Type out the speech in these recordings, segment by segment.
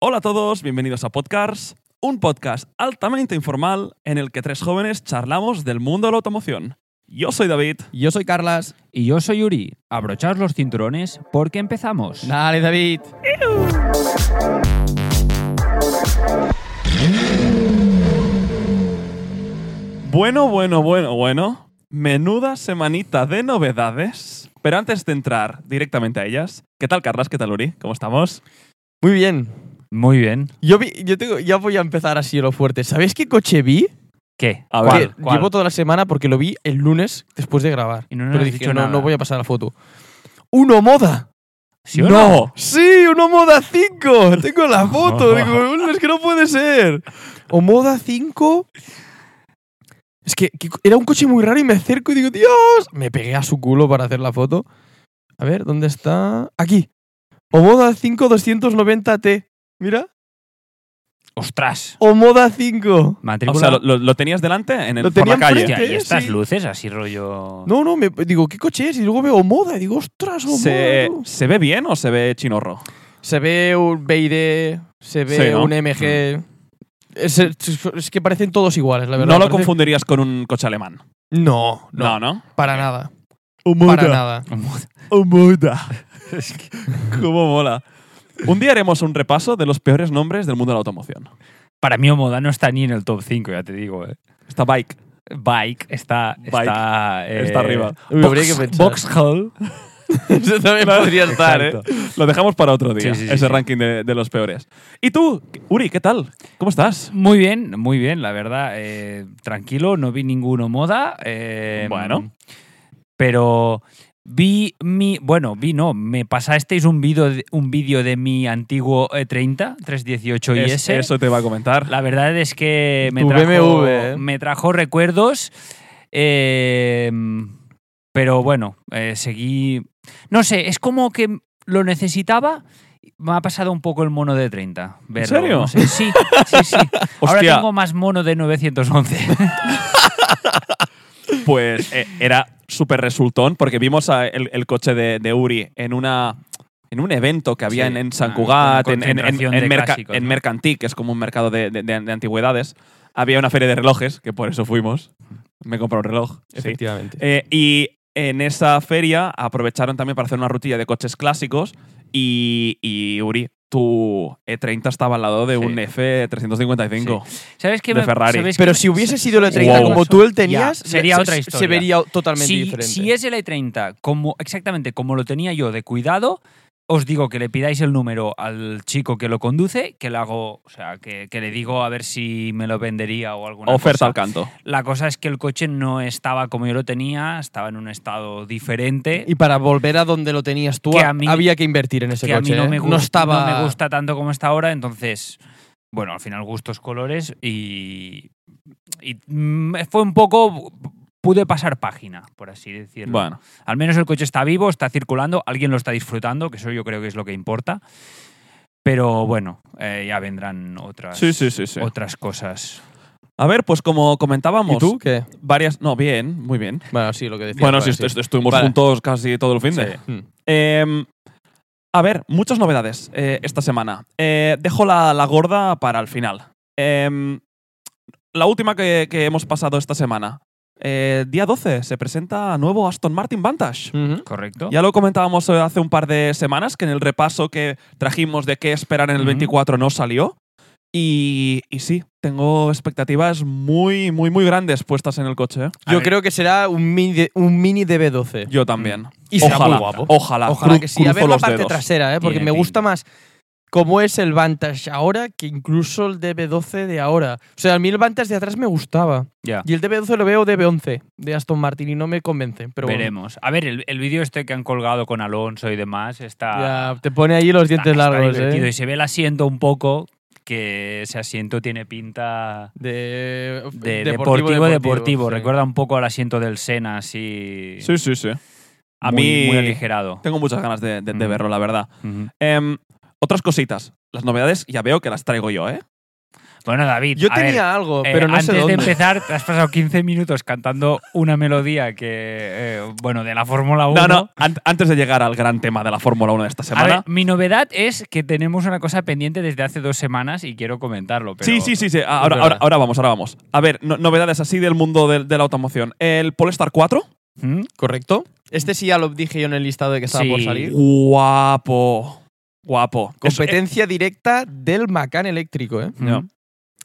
Hola a todos, bienvenidos a Podcasts, un podcast altamente informal en el que tres jóvenes charlamos del mundo de la automoción. Yo soy David. Yo soy Carlas. Y yo soy Yuri. Abrochaos los cinturones porque empezamos. Dale, David. Bueno, bueno, bueno, bueno. Menuda semanita de novedades. Pero antes de entrar directamente a ellas, ¿qué tal Carlas? ¿Qué tal Uri? ¿Cómo estamos? Muy bien. Muy bien. Yo, vi- yo tengo, ya voy a empezar así a lo fuerte. ¿Sabéis qué coche vi? ¿Qué? A Que ver, ¿cuál? llevo toda la semana porque lo vi el lunes después de grabar. Y no nos Pero has dije, dicho no, nada". no voy a pasar la foto. ¡Uno moda! ¿Sí o no. Sí, un Omoda 5. Tengo la foto. Digo, "Uno, es que no puede ser. Omoda 5. Es que, que era un coche muy raro y me acerco y digo, Dios. Me pegué a su culo para hacer la foto. A ver, ¿dónde está? Aquí. Omoda 5 290T. Mira. ¡Ostras! Omoda 5. Matrícula. O sea, lo, lo- lo tenías delante en el, Lo por la tenía calle. enfrente. Hostia, y ¿qué? estas Sí. luces así rollo. No, no, me digo, ¿qué coche es? Y luego veo Omoda y digo, ostras, Omoda. ¿Se, tú". se ve bien o se ve chinorro? Se ve un BID, se ve Sí, ¿no? un MG. Es, es- es que parecen todos iguales, la verdad. No lo Parece- confundirías con un coche alemán. No, No, no, ¿no? para nada. Para Para nada. Oh, Omoda. Es que, ¿Cómo mola? Un día haremos un repaso de los peores nombres del mundo de la automoción. Para mí, Omoda no está ni en el top 5, ya te digo. eh. Está Bike. Bike está. está, eh, está arriba. Uy, habría que pensar. Vauxhall. Eso también podría estar, Exacto. ¿eh? Lo dejamos para otro día, Sí, sí, sí, ese sí. ranking de, de los peores. ¿Y tú, Uri, qué tal? ¿Cómo estás? Muy bien, muy bien, la verdad. eh, tranquilo, no vi ninguno moda. eh, Bueno. Pero vi mi. Bueno, vi no. Me pasasteis un vídeo de, un vídeo de mi antiguo eh, E30, 318 IS. Es- eso te va a comentar. La verdad es que me Tu trajo, BMW, ¿eh? me trajo recuerdos. eh, pero bueno, eh, seguí. No sé, es como que lo necesitaba. Me ha pasado un poco el mono de 30. verlo, serio? no sé. Sí, sí, sí. Ahora Hostia. tengo más mono de 911. Pues eh, era súper resultón porque vimos a el, el coche de, de Uri en una en un evento que había Sí, en, en San una Cugat, en, en, en, concentración en de Merca- clásicos, en ¿no? Mercantí, que es como un mercado de, de- de- de antigüedades. Había una feria de relojes, que por eso fuimos. Me compré un reloj. sí. Efectivamente. Eh, y en esa feria aprovecharon también para hacer una rutilla de coches clásicos y, y Uri, tu E30 estaba al lado de Sí. un F355. ¿Sabes qué De me- Ferrari. sabéis qué Pero me- si hubiese sido el E30 Wow. como tú el tenías, Ya, sería se- otra se- Se historia. vería totalmente si, diferente. si es el E30, como, exactamente como lo tenía yo de cuidado, os digo que le pidáis el número al chico que lo conduce, que lo hago, o sea, que, que le digo a ver si me lo vendería o alguna Oferta al cosa. canto. La cosa es que el coche no estaba como yo lo tenía, estaba en un estado diferente. y para volver a donde lo tenías tú, Que a mí- había que invertir en ese que coche. a mí no me, ¿eh? gust- no estaba. no me gusta tanto como está ahora, entonces, bueno, al final gustos, colores y, y mm, fue un poco, pude pasar página, por así decirlo. Bueno, Al menos el coche está vivo, está circulando, alguien lo está disfrutando, que eso yo creo que es lo que importa. Pero bueno, eh, ya vendrán otras, sí, sí, sí. sí. otras cosas. A ver, pues como ¿Y comentábamos, tú qué? varias. No, bien, muy bien. Bueno, sí, lo que pues, decía. Bueno, vale, si est- estuvimos Vale. juntos casi todo el fin de. Mm. Eh, a ver, muchas novedades eh, esta semana. Eh, dejo la, la gorda para el final. Eh, la última que, que hemos pasado esta semana. Eh, día 12 se presenta nuevo Aston Martin Vantage. Ujú. ¿Correcto? Ya lo comentábamos eh, hace un par de semanas, que en el repaso que trajimos de qué esperar en el Ujú. 24 no salió. Y, y sí, tengo expectativas muy, muy, muy grandes puestas en el coche. ¿eh? A Yo ver. creo que será un mini, un mini DB12. Yo también. Ah, Y será ojalá, muy guapo. ojalá. Ojalá Cru- que sí. A ver cruzo la los parte dedos. trasera, ¿eh? porque Tiene me gusta pinta. más cómo es el Vantage ahora que incluso el DB12 de ahora. O sea, a mí el Vantage de atrás me gustaba. Ya. Y el DB12 lo veo DB11 de Aston Martin y no me convence. Pero bueno, Veremos. A ver, el, el vídeo este que han colgado con Alonso y demás está, ya te pone ahí los está- dientes está largos. divertido ¿eh? y se ve el asiento un poco, que ese asiento tiene pinta De, de deportivo deportivo. sí. Recuerda un poco al asiento del Sena, así Sí, sí, sí. A muy, mí muy aligerado. tengo muchas ganas de, de- de Mm. verlo, la verdad. Ujú. Em, otras cositas. Las novedades ya veo que las traigo yo, ¿eh? Bueno, David, Yo a ver, tenía algo, eh, pero no antes sé dónde. de empezar, te has pasado 15 minutos cantando una melodía que, eh, bueno, de la Fórmula 1. No, no, an- antes de llegar al gran tema de la Fórmula 1 de esta A semana. ver, mi novedad es que tenemos una cosa pendiente desde hace dos semanas y quiero comentarlo. Pero sí, sí, sí, sí. Ahora, verdad. ahora, ahora vamos, ahora vamos. A ver, no- novedades así del mundo del- de, la automoción. El Polestar 4. ¿Mm? Correcto. Este sí ya lo dije yo en el listado de que estaba Sí. por salir. Guapo. Guapo. Es, Competencia directa del Macan eléctrico, ¿eh? No. ¿Mm?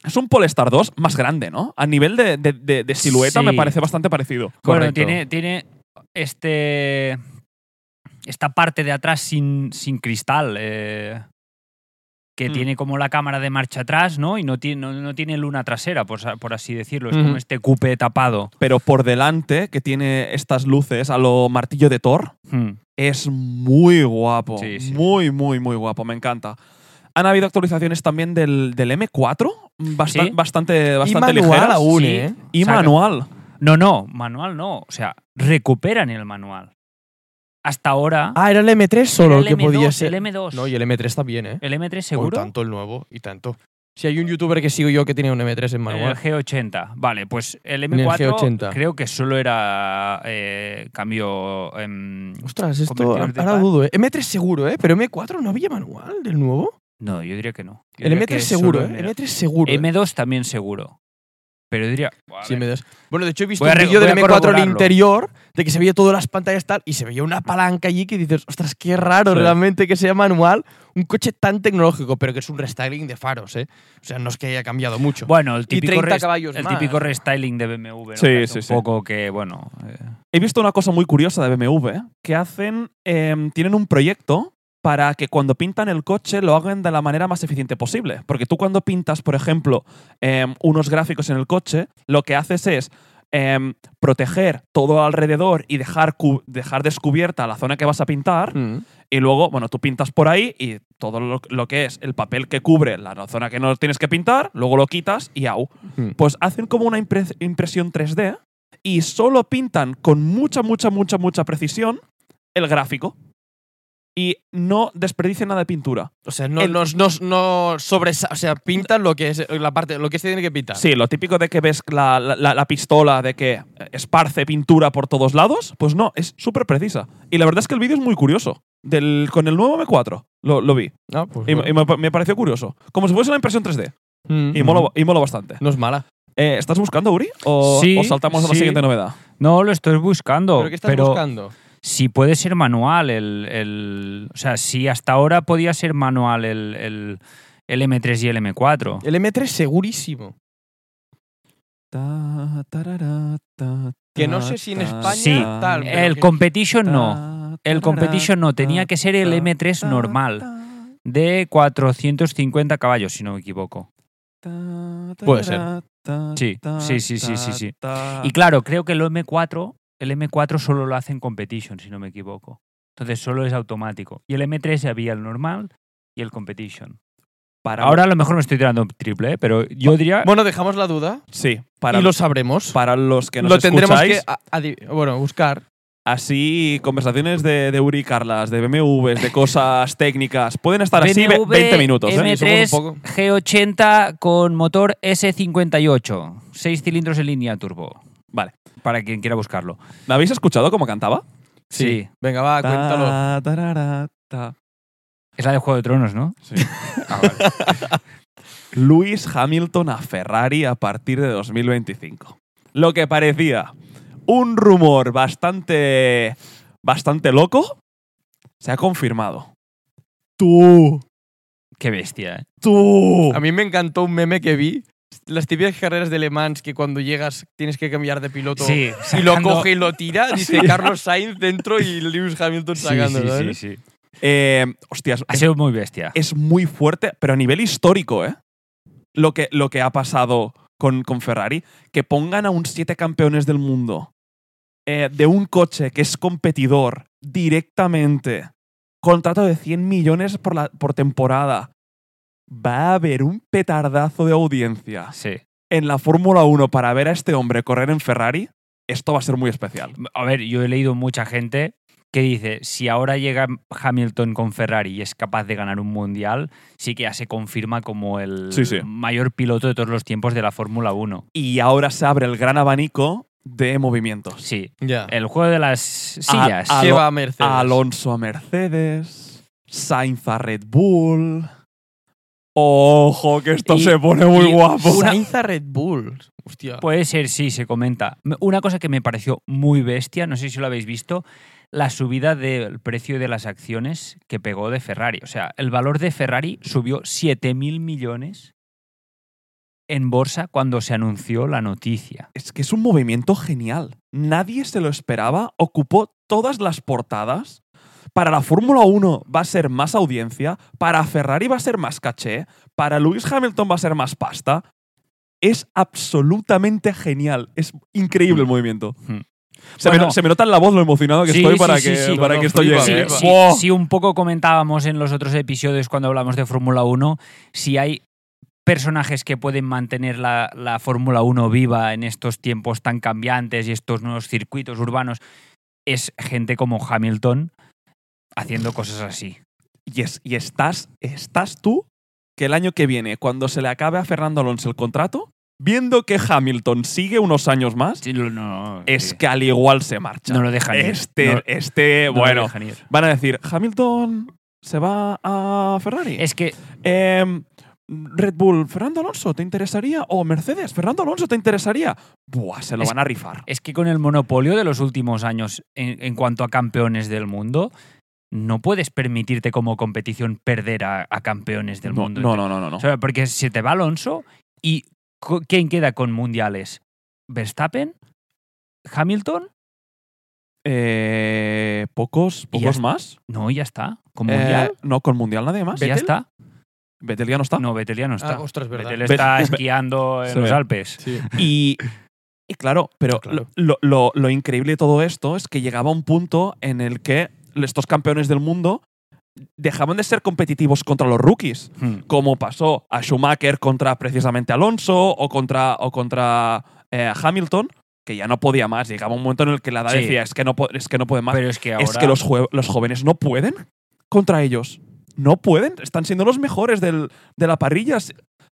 es un Polestar 2 más grande, ¿no? A nivel de, de- de- de silueta Sí. me parece bastante parecido. Bueno, Correcto. tiene, tiene este. Esta parte de atrás sin, sin cristal. eh, que Mm. tiene como la cámara de marcha atrás, ¿no? Y no tiene, no, no tiene luna trasera, por, sa- por así decirlo. Es Ujú. como este cupe tapado. Pero por delante, que tiene estas luces a lo martillo de Thor, Mm. es muy guapo. Sí, sí. Muy, muy, muy guapo. Me encanta. Han habido actualizaciones también del, del M4, basta- Sí. bastante, Y bastante manual ligeras. aún, sí. ¿eh? Y Saca- manual. No, no, manual no. O sea, recuperan el manual. Hasta ahora. Ah, era el M3 solo era el que M2, podía ser. El M2. No, y el M3 también, ¿eh? el M3 Por seguro. tanto el nuevo y tanto. Si hay un youtuber que sigo yo que tiene un M3 en El manual. G80. Vale, pues el el M4 G80. creo que solo era eh, cambio. em, Eh, Ostras, esto Convertidor de ahora pan. dudo, ¿eh? M3 seguro, ¿eh? Pero M4 no había manual del nuevo. no, yo diría que no. Yo El diría M3 que seguro, solo ¿eh? era- El M3 seguro. ¿eh? M2 también seguro. Pero yo diría. a Sí, ver, M2. Bueno, de hecho he visto Voy a un re- vídeo voy del a M4 al corroborarlo. interior, de que se veía todas las pantallas tal, y se veía una palanca allí que dices, ostras, qué raro Sí. realmente que sea manual un coche tan tecnológico, pero que es un restyling de faros, ¿eh? O sea, no es que haya cambiado mucho. Bueno, el y típico, 30 rest- caballos el más. típico restyling de BMW. ¿no? Sí, Que hace sí, un sí. poco que, bueno. eh, He visto una cosa muy curiosa de BMW, ¿eh? que hacen, em, tienen un proyecto para que cuando pintan el coche lo hagan de la manera más eficiente posible. Porque tú cuando pintas, por ejemplo, em, unos gráficos en el coche, lo que haces es em, proteger todo alrededor y dejar, cu- dejar descubierta la zona que vas a pintar. Mm. Y luego, bueno, tú pintas por ahí y todo lo, lo que es el papel que cubre la zona que no tienes que pintar, luego lo quitas y au. Hmm. Pues hacen como una impre- impresión 3D y solo pintan con mucha, mucha, mucha, mucha precisión el gráfico. Y no desperdician nada de pintura. O sea, no, el- no, no, no sobresa- o sea, pintan lo que es la parte, lo que se tiene que pintar. Sí, lo típico de que ves la, la- la- la pistola de que eh, esparce pintura por todos lados, pues no, es súper precisa. Y la verdad es que el vídeo es muy curioso. Del, con el nuevo M4 lo, lo vi. Ah, pues Y, bueno. y me, me pareció curioso. Como si fuese una impresión 3D. Mm. Y mola, y mola bastante. No es mala. Eh, ¿Estás buscando, Uri? ¿O, Sí, o saltamos a la sí. siguiente novedad? No, lo estoy buscando. ¿Pero qué estás buscando? si puede ser manual el, el- O sea, si hasta ahora podía ser manual el, el- el M3 y el M4. El M3 segurísimo. Ta, tarara, ta, Que no ta, sé si en ta, España Sí. tal, pero El que- Competition ta, no. tarara, El Competition no. Tenía que ser el ta, M3 ta, normal ta, de 450 caballos, si no me equivoco. ta, Puede ser. tarara, ta, Sí, ta, sí, sí, sí, ta, sí, sí. ta. Y claro, creo que el M4, el M4 solo lo hace en Competition, si no me equivoco. Entonces solo es automático. Y el M3 había el normal y el Competition. Para- Ahora a lo mejor me estoy tirando un triple, ¿eh? pero yo diría... Bueno, dejamos la duda Sí, para, y lo sabremos. para los que nos lo tendremos escucháis, que a- adi- bueno, buscar. así conversaciones de, de Uri y Carlas, de BMWs, de cosas técnicas, pueden estar así ve- BMW, 20 minutos. ¿eh? M3, Sí, somos un poco- G80 con motor S58, 6 cilindros en línea turbo, Vale. para quien quiera buscarlo. ¿Me habéis escuchado cómo cantaba? Sí. Venga, va, cuéntalo. Ta, tarara, ta. Es la de Juego de Tronos, ¿no? Ah, Lewis Hamilton a Ferrari a partir de 2025. Lo que parecía un rumor bastante bastante loco se ha confirmado. Tú, Qué bestia, ¿eh? tú. A mí me encantó un meme que vi. Las típicas carreras de Le Mans que cuando llegas tienes que cambiar de piloto y lo sacando- coge y lo tira. Dice Carlos Sainz dentro y ¿eh? Lewis Hamilton Sí, sacando. sí, sí, ¿sabes? sí. Eh, hostias, Ha es, sido muy bestia. es muy fuerte, pero a nivel histórico, ¿eh? Lo que, lo que ha pasado con, con Ferrari, que pongan a un siete campeones del mundo eh, de un coche que es competidor directamente, contrato de 100 millones por, la, por temporada, va a haber un petardazo de audiencia Sí. en la Fórmula 1 para ver a este hombre correr en Ferrari, esto va a ser muy especial. A ver, yo he leído mucha gente que dice, si ahora llega Hamilton con Ferrari y es capaz de ganar un mundial, sí que ya se confirma como el Sí, sí. mayor piloto de todos los tiempos de la Fórmula 1. Y ahora se abre el gran abanico de movimientos. Sí, Ya. el juego de las sillas. a- ¿Qué Alo- va a Mercedes? Alonso a Mercedes, Sainz a Red Bull. Ojo, que esto Y- se pone muy y guapo. Sainz a Red Bull. Pues, Hostia. Puede ser, sí, se comenta. M- Una cosa que me pareció muy bestia, no sé si lo habéis visto, la subida del precio de las acciones que pegó de Ferrari. O sea, el valor de Ferrari subió 7.000 millones en bolsa cuando se anunció la noticia. Es que es un movimiento genial. Nadie se lo esperaba. Ocupó todas las portadas. Para la Fórmula 1 va a ser más audiencia. Para Ferrari va a ser más caché. Para Lewis Hamilton va a ser más pasta. Es absolutamente genial. Es increíble el movimiento. Hmm. Se, me, Bueno. no- se me nota en la voz lo emocionado que Sí, estoy sí, para sí, que, sí, para no, que no, esto llegue. flipa, Sí, ¿eh? flipa. sí, ¡Buah! sí, un poco comentábamos en los otros episodios cuando hablamos de Fórmula 1, si hay personajes que pueden mantener la, la Fórmula 1 viva en estos tiempos tan cambiantes y estos nuevos circuitos urbanos, es gente como Hamilton haciendo cosas así. Y, es- y estás, estás tú que el año que viene, cuando se le acabe a Fernando Alonso el contrato, viendo que Hamilton sigue unos años más, Sí, lo- no, es sí. que al igual se marcha. no lo dejan ir. este, No- este, no lo bueno. dejan ir. Van a decir, Hamilton se va a Ferrari. Es que Em, Red Bull, Fernando Alonso, ¿te interesaría? O Mercedes, Fernando Alonso, ¿te interesaría? Buah, se lo Es- van a rifar. Es que con el monopolio de los últimos años en, en cuanto a campeones del mundo, no puedes permitirte como competición perder a, a campeones del No, mundo. ¿eh? no, no, no, no, no. O sea, porque se te va Alonso y co- ¿quién queda con mundiales? ¿Verstappen? ¿Hamilton? Eh, pocos, Y ya pocos está. más. No, ya está. ¿Con Eh, mundial? no, con mundial nadie más. ¿Ya ¿Vettel? está? Vettel ya no está. No, Vettel ya no Ah, está. ostras, verdad. Vettel está Ve- esquiando Se en los ve. Alpes. Sí. Y, y claro, pero Claro. Lo, lo- lo increíble de todo esto es que llegaba un punto en el que estos campeones del mundo dejaban de ser competitivos contra los rookies, Hmm. como pasó a Schumacher contra precisamente Alonso o contra, o contra eh, Hamilton, que ya no podía más. Llegaba un momento en el que la edad Sí. decía, es que no, po- es que no puede más. Pero es que ahora... Es que los, jue- los jóvenes no pueden contra ellos. No pueden. Están siendo los mejores del- de la parrilla. Si-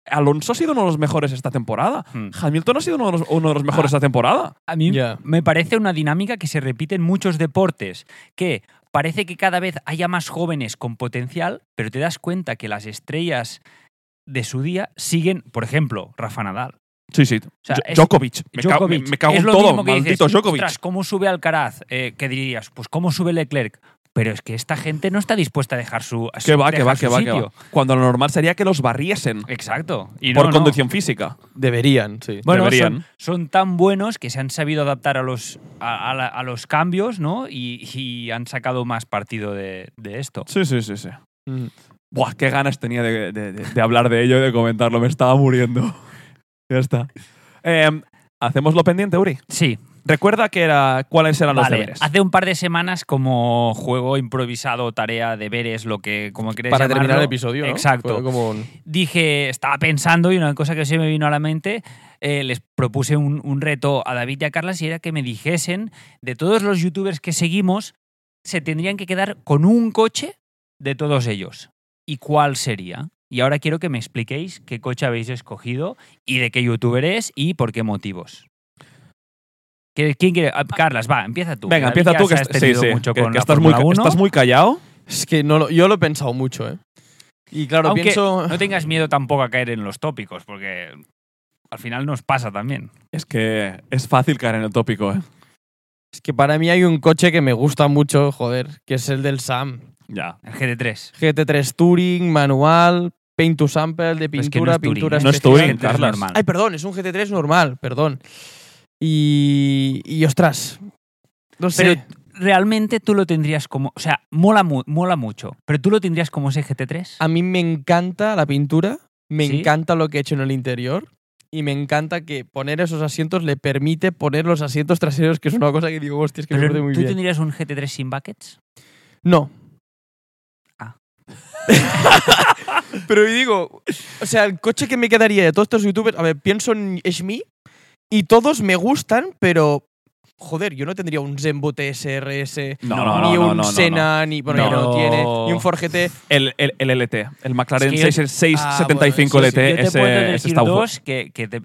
Alonso ha sido uno de los mejores esta temporada. Hmm. Hamilton ha sido uno de los, uno de los mejores Ah. esta temporada. A mí Ya. me parece una dinámica que se repite en muchos deportes, que parece que cada vez haya más jóvenes con potencial, pero te das cuenta que las estrellas de su día siguen, por ejemplo, Rafa Nadal. Sí, sí. sea, Jo- es- Djokovic. Me, cago- Djokovic. me- me cago Es en lo todo. mismo que dices, Maldito Djokovic. "Ostras, ¿Cómo sube Alcaraz? Eh, ¿Qué dirías? Pues ¿cómo sube Leclerc? Pero es que esta gente no está dispuesta a dejar su que va, que dejar va, su que va, que sitio. va. Cuando lo normal sería que los barriesen Exacto. Y por no, no. condición física. Deberían, sí. Bueno, son, Deberían. son tan buenos que se han sabido adaptar a los, a, a la- a los cambios, ¿no? Y, y han sacado más partido de, de esto. Sí, sí, sí, sí. Mm. Buah, qué ganas tenía de, de- de- de hablar de ello y de comentarlo. Me estaba muriendo. ya está. Eh, Hacemos lo pendiente, Uri. Sí, Recuerda que era cuáles eran los vale. deberes. Hace un par de semanas, como juego improvisado, tarea, deberes, lo que como quieres Para llamarlo, terminar el episodio, ¿no? Exacto. Fue como un- dije, estaba pensando y una cosa que se me vino a la mente, eh, les propuse un, un reto a David y a Carlas y era que me dijesen, de todos los youtubers que seguimos, se tendrían que quedar con un coche de todos ellos. ¿Y cuál sería? Y ahora quiero que me expliquéis qué coche habéis escogido y de qué youtuber es y por qué motivos. ¿Qué- ¿Quién quiere? Ah, Carlas, va, empieza tú. Venga, David empieza ya tú se que, ha est- sí, extendido sí, mucho que- con que la estás, muy, ca- Fórmula 1. estás muy callado. Es que no lo- yo lo he pensado mucho, ¿eh? Y claro, Aunque pienso. no tengas miedo tampoco a caer en los tópicos, porque al final nos pasa también. Es que es fácil caer en el tópico, ¿eh? Es que para mí hay un coche que me gusta mucho, joder, que es el del Sam. Ya. El GT3. GT3 Touring, manual, paint to sample, de Pero es que pintura, no es Turing, pintura ¿eh? No es especial. Turing, GT3 Carlas. normal. Ay, perdón, es un GT3 normal, perdón. Y. Y ostras. No sé. Pero realmente tú lo tendrías como. O sea, mola, mu- mola mucho. Pero tú lo tendrías como ese GT3. A mí me encanta la pintura, me ¿Sí? encanta lo que he hecho en el interior y me encanta que poner esos asientos le permite poner los asientos traseros, que es una cosa que digo, hostia, es que me pero parece muy tú bien. tendrías un GT3 sin buckets. No. Ah. Pero yo digo, o sea, el coche que me quedaría de todos estos youtubers, a ver, pienso en Shmi y todos me gustan, pero joder, yo no tendría un Zenbo TSRS, No, no, no, ni no, un no, no. Sena, ni. Bueno, ya no No. lo tiene, ni un Forgete. El, el, el LT, el Mclaren Es que yo- 6- 675 Ah, bueno, LT, eso sí. Yo te puedo ese, ese decir está ufo. dos que, que te-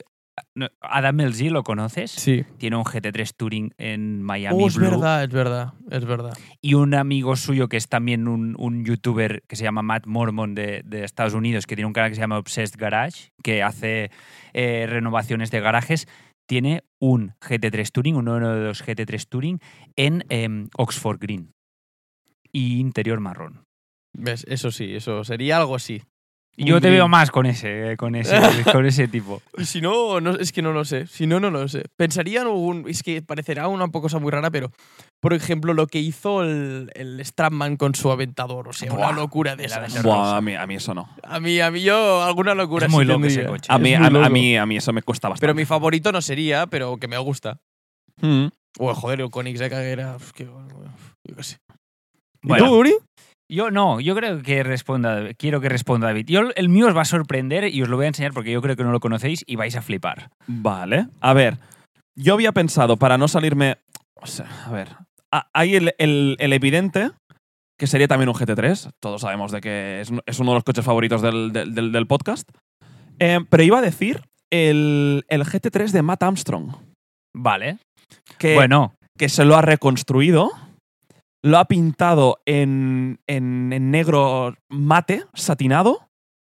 no, Adam Elzy, ¿lo conoces? Sí. Tiene un GT3 Touring en Miami Oh, es Blue. verdad, es verdad, es verdad. Y un amigo suyo que es también un, un youtuber que se llama Matt Mormon de, de Estados Unidos, que tiene un canal que se llama Obsessed Garage, que hace eh, renovaciones de garajes, tiene un GT3 Touring, uno de los GT3 Touring, en em, Oxford Green. Y interior marrón. ¿Ves? Eso sí, eso sería algo así. Y Un yo te green. veo más con ese, eh, con ese, con ese tipo. Y si no, no, es que no lo sé. Si no, no lo sé. Pensaría en algún. Es que parecerá una cosa muy rara, pero. Por ejemplo, lo que hizo el, el Strapman con su aventador. O sea, Buah, una locura de el esas. Aventador. Buah, a mí, a mí eso no. A mí, a mí yo, alguna locura. Es muy sí loco ese tendría. coche. A Es mí, muy a, a loco. mí, a mí eso me cuesta bastante. Pero mi favorito no sería, pero que me gusta. Mm. O joder, el Koenigsegg de caguera. Pues, que, yo qué sé. Bueno. ¿Y tú, Uri? Yo no, yo creo que responda, quiero que responda David. Yo, el mío os va a sorprender y os lo voy a enseñar porque yo creo que no lo conocéis y vais a flipar. Vale. A ver, yo había pensado, para no salirme. O sea, a ver. a- hay el, el- el evidente, que sería también un GT3. Todos sabemos de que es, un- es uno de los coches favoritos del, del- del- del podcast. Eh, pero iba a decir el, el GT3 de Matt Armstrong. Vale. Que, bueno, que se lo ha reconstruido. Lo ha pintado en, en- en negro mate, satinado.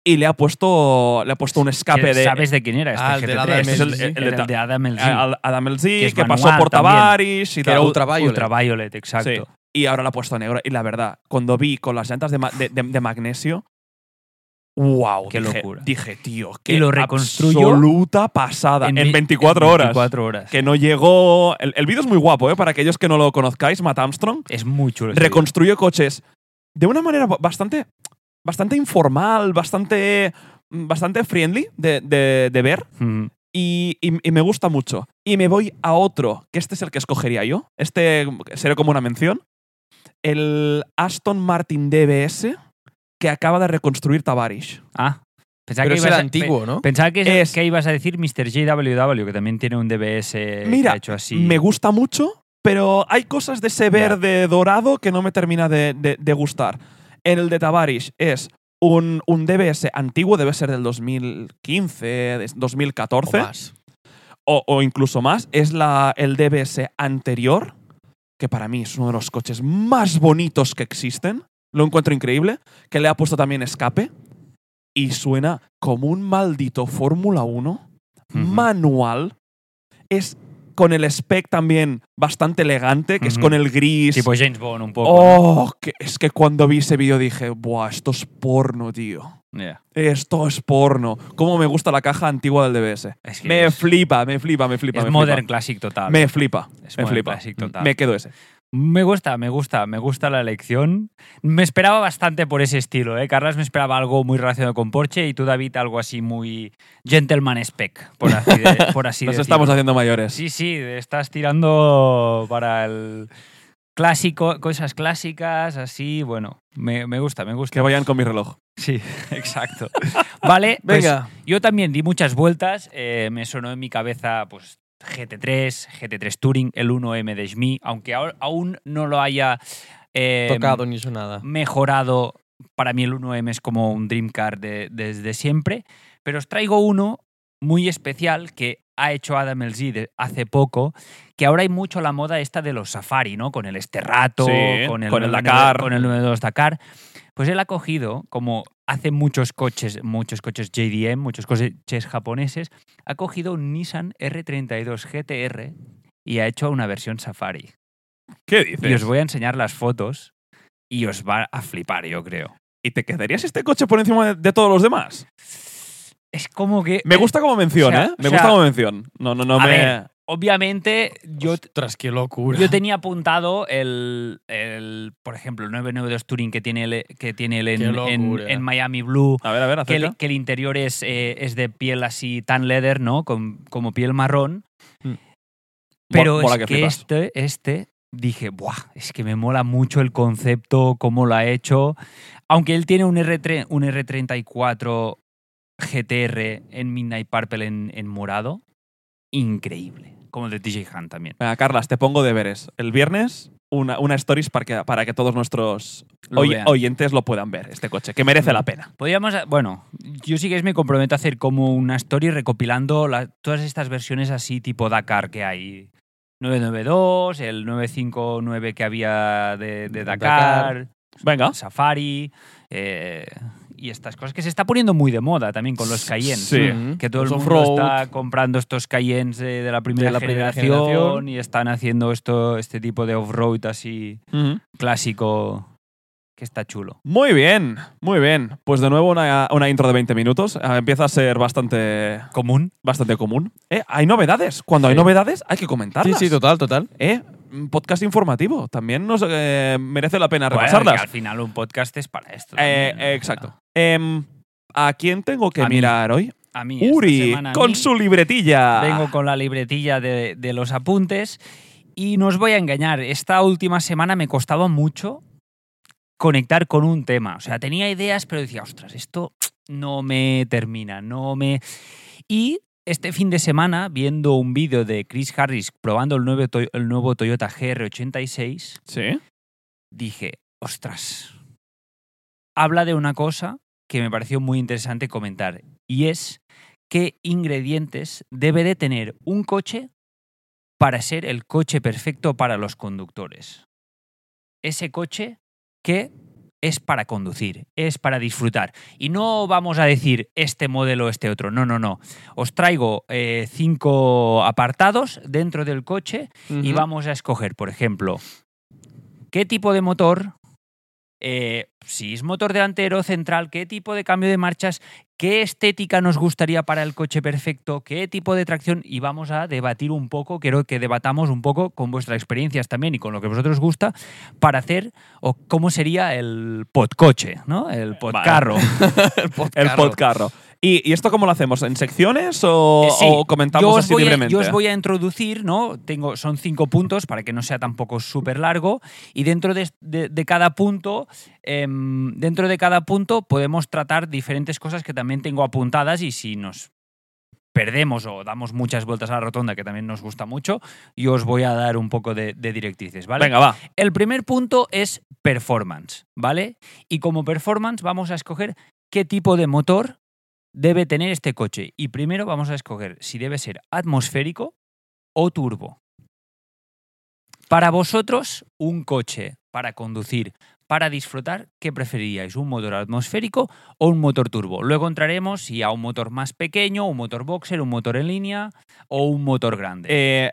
Y le ha puesto, le ha puesto un escape de, Ah, ¿sabes de quién era este Ah, el de GT3? Adam Este es Elzy. el- el- Era el de Adam Elzy. a- a- Adam Que Elzy, es que manual pasó por también. Tavares y Que era tal. Ultraviolet. Ultraviolet, exacto. Sí. Y ahora la ha puesto negro. Y la verdad, cuando vi con las llantas de, ma- de- de- de magnesio, wow, Oh, Qué dije, locura. Dije, tío, qué lo reconstruyó absoluta pasada. En, mi- 24 en horas. 24 horas. Que no llegó. El, el vídeo es muy guapo, ¿eh? Para aquellos que no lo conozcáis, Matt Armstrong Es muy chulo. este vídeo. reconstruye coches de una manera ba- bastante, bastante informal, bastante, bastante friendly de- de- de ver Mm. y, y- y me gusta mucho. Y me voy a otro, que este es el que escogería yo. Este será como una mención. El Aston Martin DBS que acaba de reconstruir Tavarish. Ah, pensaba Pero que ese ibas era a- antiguo, ¿no? pe- Pensaba que, Es- que ibas a decir Mr. JWW, que también tiene un DBS que Mira, ha hecho así. Me gusta mucho, pero hay cosas de ese verde dorado que no me termina de, de- de gustar. El de Tavarish es un, un DBS antiguo, debe ser del 2015, des- 2014. O más. o, o incluso más, es la, el DBS anterior, que para mí es uno de los coches más bonitos que existen. Lo encuentro increíble, que le ha puesto también escape y suena como un maldito Fórmula 1 Ujú. manual. Es con el spec también bastante elegante, que es Ujú. con el gris. Tipo James Bond un poco. oh, que- es que cuando vi ese vídeo dije, "Buah, esto es porno, tío. ¿no? Ya. Esto es porno. Cómo me gusta la caja antigua del DBS. Es que Me es- flipa, me flipa, me flipa. Es me Modern flipa. Classic total. Me flipa. Es me Modern flipa. Classic total. Me quedo ese. Me gusta, me gusta, me gusta la elección. Me esperaba bastante por ese estilo, ¿eh? Carlas me esperaba algo muy relacionado con Porsche y tú, David, algo así muy gentleman spec, por así, de- por así Nos decirlo. estamos haciendo mayores. Sí, sí, estás tirando para el clásico, cosas clásicas, así, bueno, me, me gusta, me gusta. Que vayan con mi reloj. Sí, exacto. vale, pues, Venga. yo también di muchas vueltas, eh, me sonó en mi cabeza pues GT3, GT3 Touring, el 1M de Schmi, aunque ahora- aún no lo haya eh, Tocado ni sonada. mejorado. Para mí el 1M es como un dream car de- desde siempre, pero os traigo uno muy especial que ha hecho Adam Elzy de- hace poco, que ahora hay mucho la moda esta de los safari, ¿no? Con el Esterrato, Sí, con el, con el 992 Dakar. Con el 92 Dakar. Pues él ha cogido, como hace muchos coches, muchos coches JDM, muchos coches japoneses, ha cogido un Nissan R32 GTR y ha hecho una versión safari. ¿Qué Y os voy a enseñar las fotos y os va a flipar, yo creo. ¿Y te quedarías este coche por encima de, de todos los demás? Es como que... Me gusta como mención, o sea, ¿eh? Me o gusta sea, como mención. No, no, no a me. ver, Obviamente, yo Ostras, qué locura. Yo tenía apuntado el, el, por ejemplo, el 992 Touring que tiene el, que tiene el en, Qué en- locura. en Miami Blue, a ver, a ver, que acerca. el, que el interior es, eh, es de piel así tan leather, ¿no? Con- como piel marrón. Pero Mola- mola es que, flipas. este, este, dije, buah, es que me mola mucho el concepto, cómo lo ha hecho. Aunque él tiene un, R3, un R34 GTR en Midnight Purple en, en morado, increíble. Como el de TJ Hunt también. Venga, Carlas, te pongo deberes. El viernes, una, una stories para que, para que todos nuestros Lo oy- vean. oyentes lo puedan ver, este coche, que merece la pena. Podríamos, bueno, yo sí que es me comprometo a hacer como una story recopilando la- todas estas versiones así tipo Dakar que hay. 992, el 959 que había de, de Dakar, Venga. Safari eh, y estas cosas que se está poniendo muy de moda también con los Cayennes. Sí. Que todo el Los mundo off-road. está comprando estos Cayennes eh, de, de la primera, De la primera generación, generación. y están haciendo esto, este tipo de off-road así Ujú. clásico que está chulo. Muy bien, muy bien. Pues de nuevo una, una intro de 20 minutos. Ah, Empieza a ser bastante, Común. bastante común. Eh, Hay novedades. Cuando hay Sí. novedades hay que comentarlas. Sí, sí, total, total. Eh, un podcast informativo. También nos eh, merece la pena Bueno, repasarlas. que al final un podcast es para esto. Eh, también, eh, ¿no? exacto. Em, ¿A quién tengo que A mí. mirar hoy? A mí esta Uri, semana a con mí, su libretilla. vengo con la libretilla de, de los apuntes y no os voy a engañar. Esta última semana me costaba mucho conectar con un tema. O sea, tenía ideas, pero decía, ostras, esto no me termina, no me. Y este fin de semana, viendo un vídeo de Chris Harris probando el nuevo, Toy- el nuevo Toyota GR86, Sí. dije, ostras, habla de una cosa que me pareció muy interesante comentar y es qué ingredientes debe de tener un coche para ser el coche perfecto para los conductores. Ese coche que es para conducir, es para disfrutar. Y no vamos a decir este modelo, este otro. No, no, no. Os traigo eh, cinco apartados dentro del coche y Ujú. vamos a escoger, por ejemplo, qué tipo de motor, eh, si es motor delantero, central, qué tipo de cambio de marchas, qué estética nos gustaría para el coche perfecto, qué tipo de tracción, y vamos a debatir un poco, quiero que debatamos un poco con vuestras experiencias también y con lo que vosotros os gusta para hacer, o cómo sería el podcoche, ¿no? El podcarro. El podcarro. ¿Y, y esto cómo lo hacemos? ¿En secciones o, Eh, sí. o comentamos yo os así voy a- libremente? yo os voy a introducir, ¿no? Tengo, son cinco puntos para que no sea tampoco súper largo. Y dentro de, de- de cada punto, em, dentro de cada punto podemos tratar diferentes cosas que también tengo apuntadas y si nos perdemos o damos muchas vueltas a la rotonda, que también nos gusta mucho, yo os voy a dar un poco de, de directrices, ¿vale? Venga, va. El primer punto es performance, ¿vale? Y como performance vamos a escoger qué tipo de motor debe tener este coche. Y primero vamos a escoger si debe ser atmosférico o turbo. Para vosotros, un coche para conducir, para disfrutar, ¿qué preferiríais? ¿Un motor atmosférico o un motor turbo? Luego entraremos si a un motor más pequeño, un motor boxer, un motor en línea o un motor grande. Eh,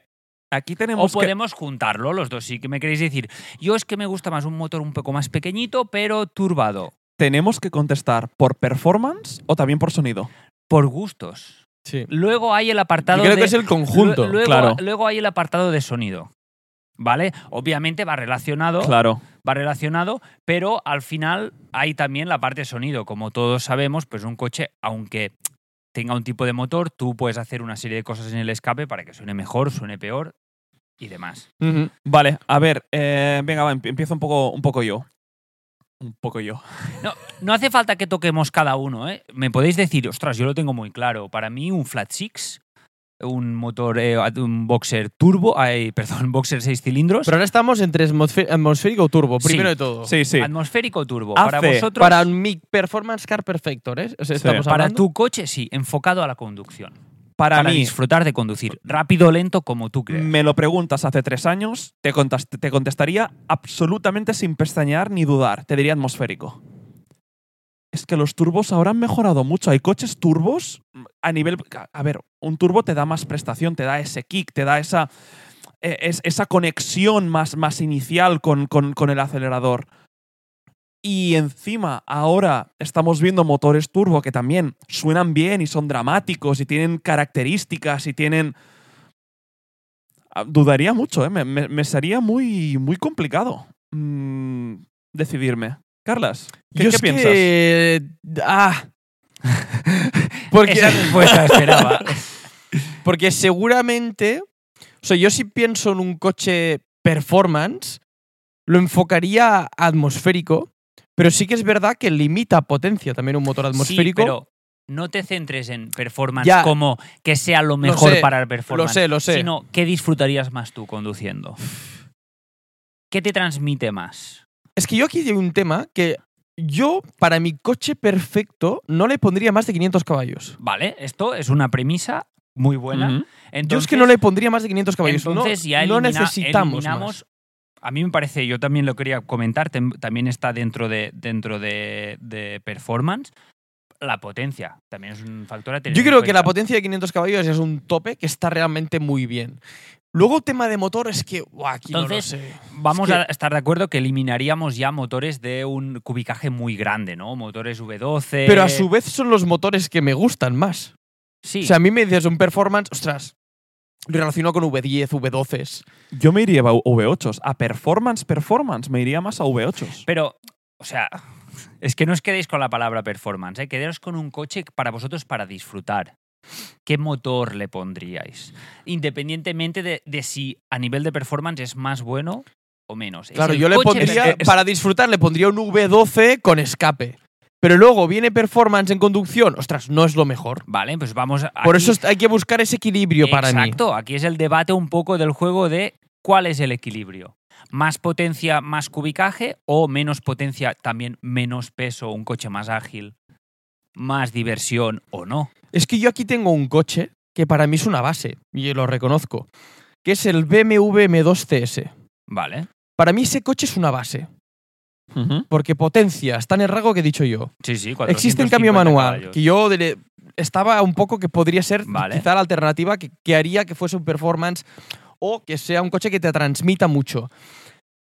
aquí O tenemos que- podemos juntarlo los dos, si que me queréis decir. Yo es que me gusta más un motor un poco más pequeñito, pero turbado. tenemos que contestar por performance o también por sonido. Por gustos. Sí. Luego hay el Yo apartado creo de. que es el conjunto. lue- luego, claro. luego hay el apartado de sonido. ¿Vale? Obviamente va relacionado. Claro. Va relacionado, pero al final hay también la parte de sonido. Como todos sabemos, pues un coche, aunque tenga un tipo de motor, tú puedes hacer una serie de cosas en el escape para que suene mejor, suene peor y demás. Ujú. Vale, a ver, eh, venga, va, empie- empiezo un poco, un poco yo. Un poco yo. No hace falta que toquemos cada uno, ¿eh? Me podéis decir, ostras, yo lo tengo muy claro. Para mí, un Flat Six, un motor, eh, un boxer turbo, ay, perdón, boxer seis cilindros, Pero ahora estamos entre atmosfe- atmosférico o turbo, Sí. primero de todo. Sí, sí. atmosférico turbo. Hace para vosotros, Para mi performance car perfecto, ¿eh? O sea, estamos para hablando. tu coche, sí, enfocado a la conducción. Para, Para, mí, disfrutar de conducir. Rápido o lento, como tú Mm, creas. me lo preguntas hace tres años, te, contast- te contestaría absolutamente sin pestañear ni dudar. Te diría atmosférico. Es que los turbos ahora han mejorado mucho. Hay coches turbos a nivel. a- A ver, un turbo te da más prestación, te da ese kick, te da esa. eh, es- esa conexión más, más inicial con, con- con el acelerador. Y encima, ahora estamos viendo motores turbo que también suenan bien y son dramáticos y tienen características y tienen. Ah, Dudaría mucho, ¿eh? me, me- me sería muy, muy complicado mm, decidirme. Carlas, ¿qué, Yo qué es piensas? que- Ah. porque, Esa respuesta esperaba. porque seguramente. O sea, yo si pienso en un coche performance, lo enfocaría a atmosférico. Pero sí que es verdad que limita potencia también un motor atmosférico. Sí, pero no te centres en performance Ya. como que sea lo mejor sé, para el performance, sé, lo sé. sino qué disfrutarías más tú conduciendo. ¿Qué te transmite más? Es que yo aquí llevo un tema que yo, para mi coche perfecto, no le pondría más de 500 caballos. Vale, esto es una premisa muy buena. Ujú. yo es que Entonces- no le pondría más de 500 caballos. No- Entonces ya no elimina- necesitamos. eliminamos- A mí me parece, yo también lo quería comentar, tem- también está dentro de dentro de, de performance la potencia. También es un factor a más. tener Yo en creo que la cuenta. potencia de 500 caballos es un tope que está realmente muy bien. Luego, tema de motor es que. buah, aquí no lo Entonces, sé. Vamos Es que- a estar de acuerdo que eliminaríamos ya motores de un cubicaje muy grande, ¿no? Motores V12. Pero a su vez son los motores que me gustan más. eh, Sí. O sea, a mí me dices un performance, ostras, lo relaciono con V10, V12s. Yo me iría a V8s. A performance, performance, me iría más a V8s. Pero, o sea, es que no os quedéis con la palabra performance, ¿eh? quedaros con un coche para vosotros para disfrutar. ¿Qué motor le pondríais? Independientemente de, de si a nivel de performance es más bueno o menos. Es Claro, el yo le coche pondría, perfecto. para disfrutar, le pondría un V12 con escape. Pero luego viene performance en conducción, ostras, no es lo mejor. Vale, pues vamos a. Por aquí- eso es- hay que buscar ese equilibrio para mí. Exacto, aquí es el debate un poco del juego de cuál es el equilibrio. Más potencia, más cubicaje o menos potencia, también menos peso, un coche más ágil, más diversión o no. Es que yo aquí tengo un coche que para mí es una base, y lo reconozco, que es el BMW M2 CS. Vale. Para mí ese coche es una base, Ujú. porque potencia, está en el rango que he dicho yo. Sí, sí, Existe el cambio 450 manual, caballos. que yo de- estaba un poco que podría ser Vale. quizá la alternativa que, que haría que fuese un performance o que sea un coche que te transmita mucho.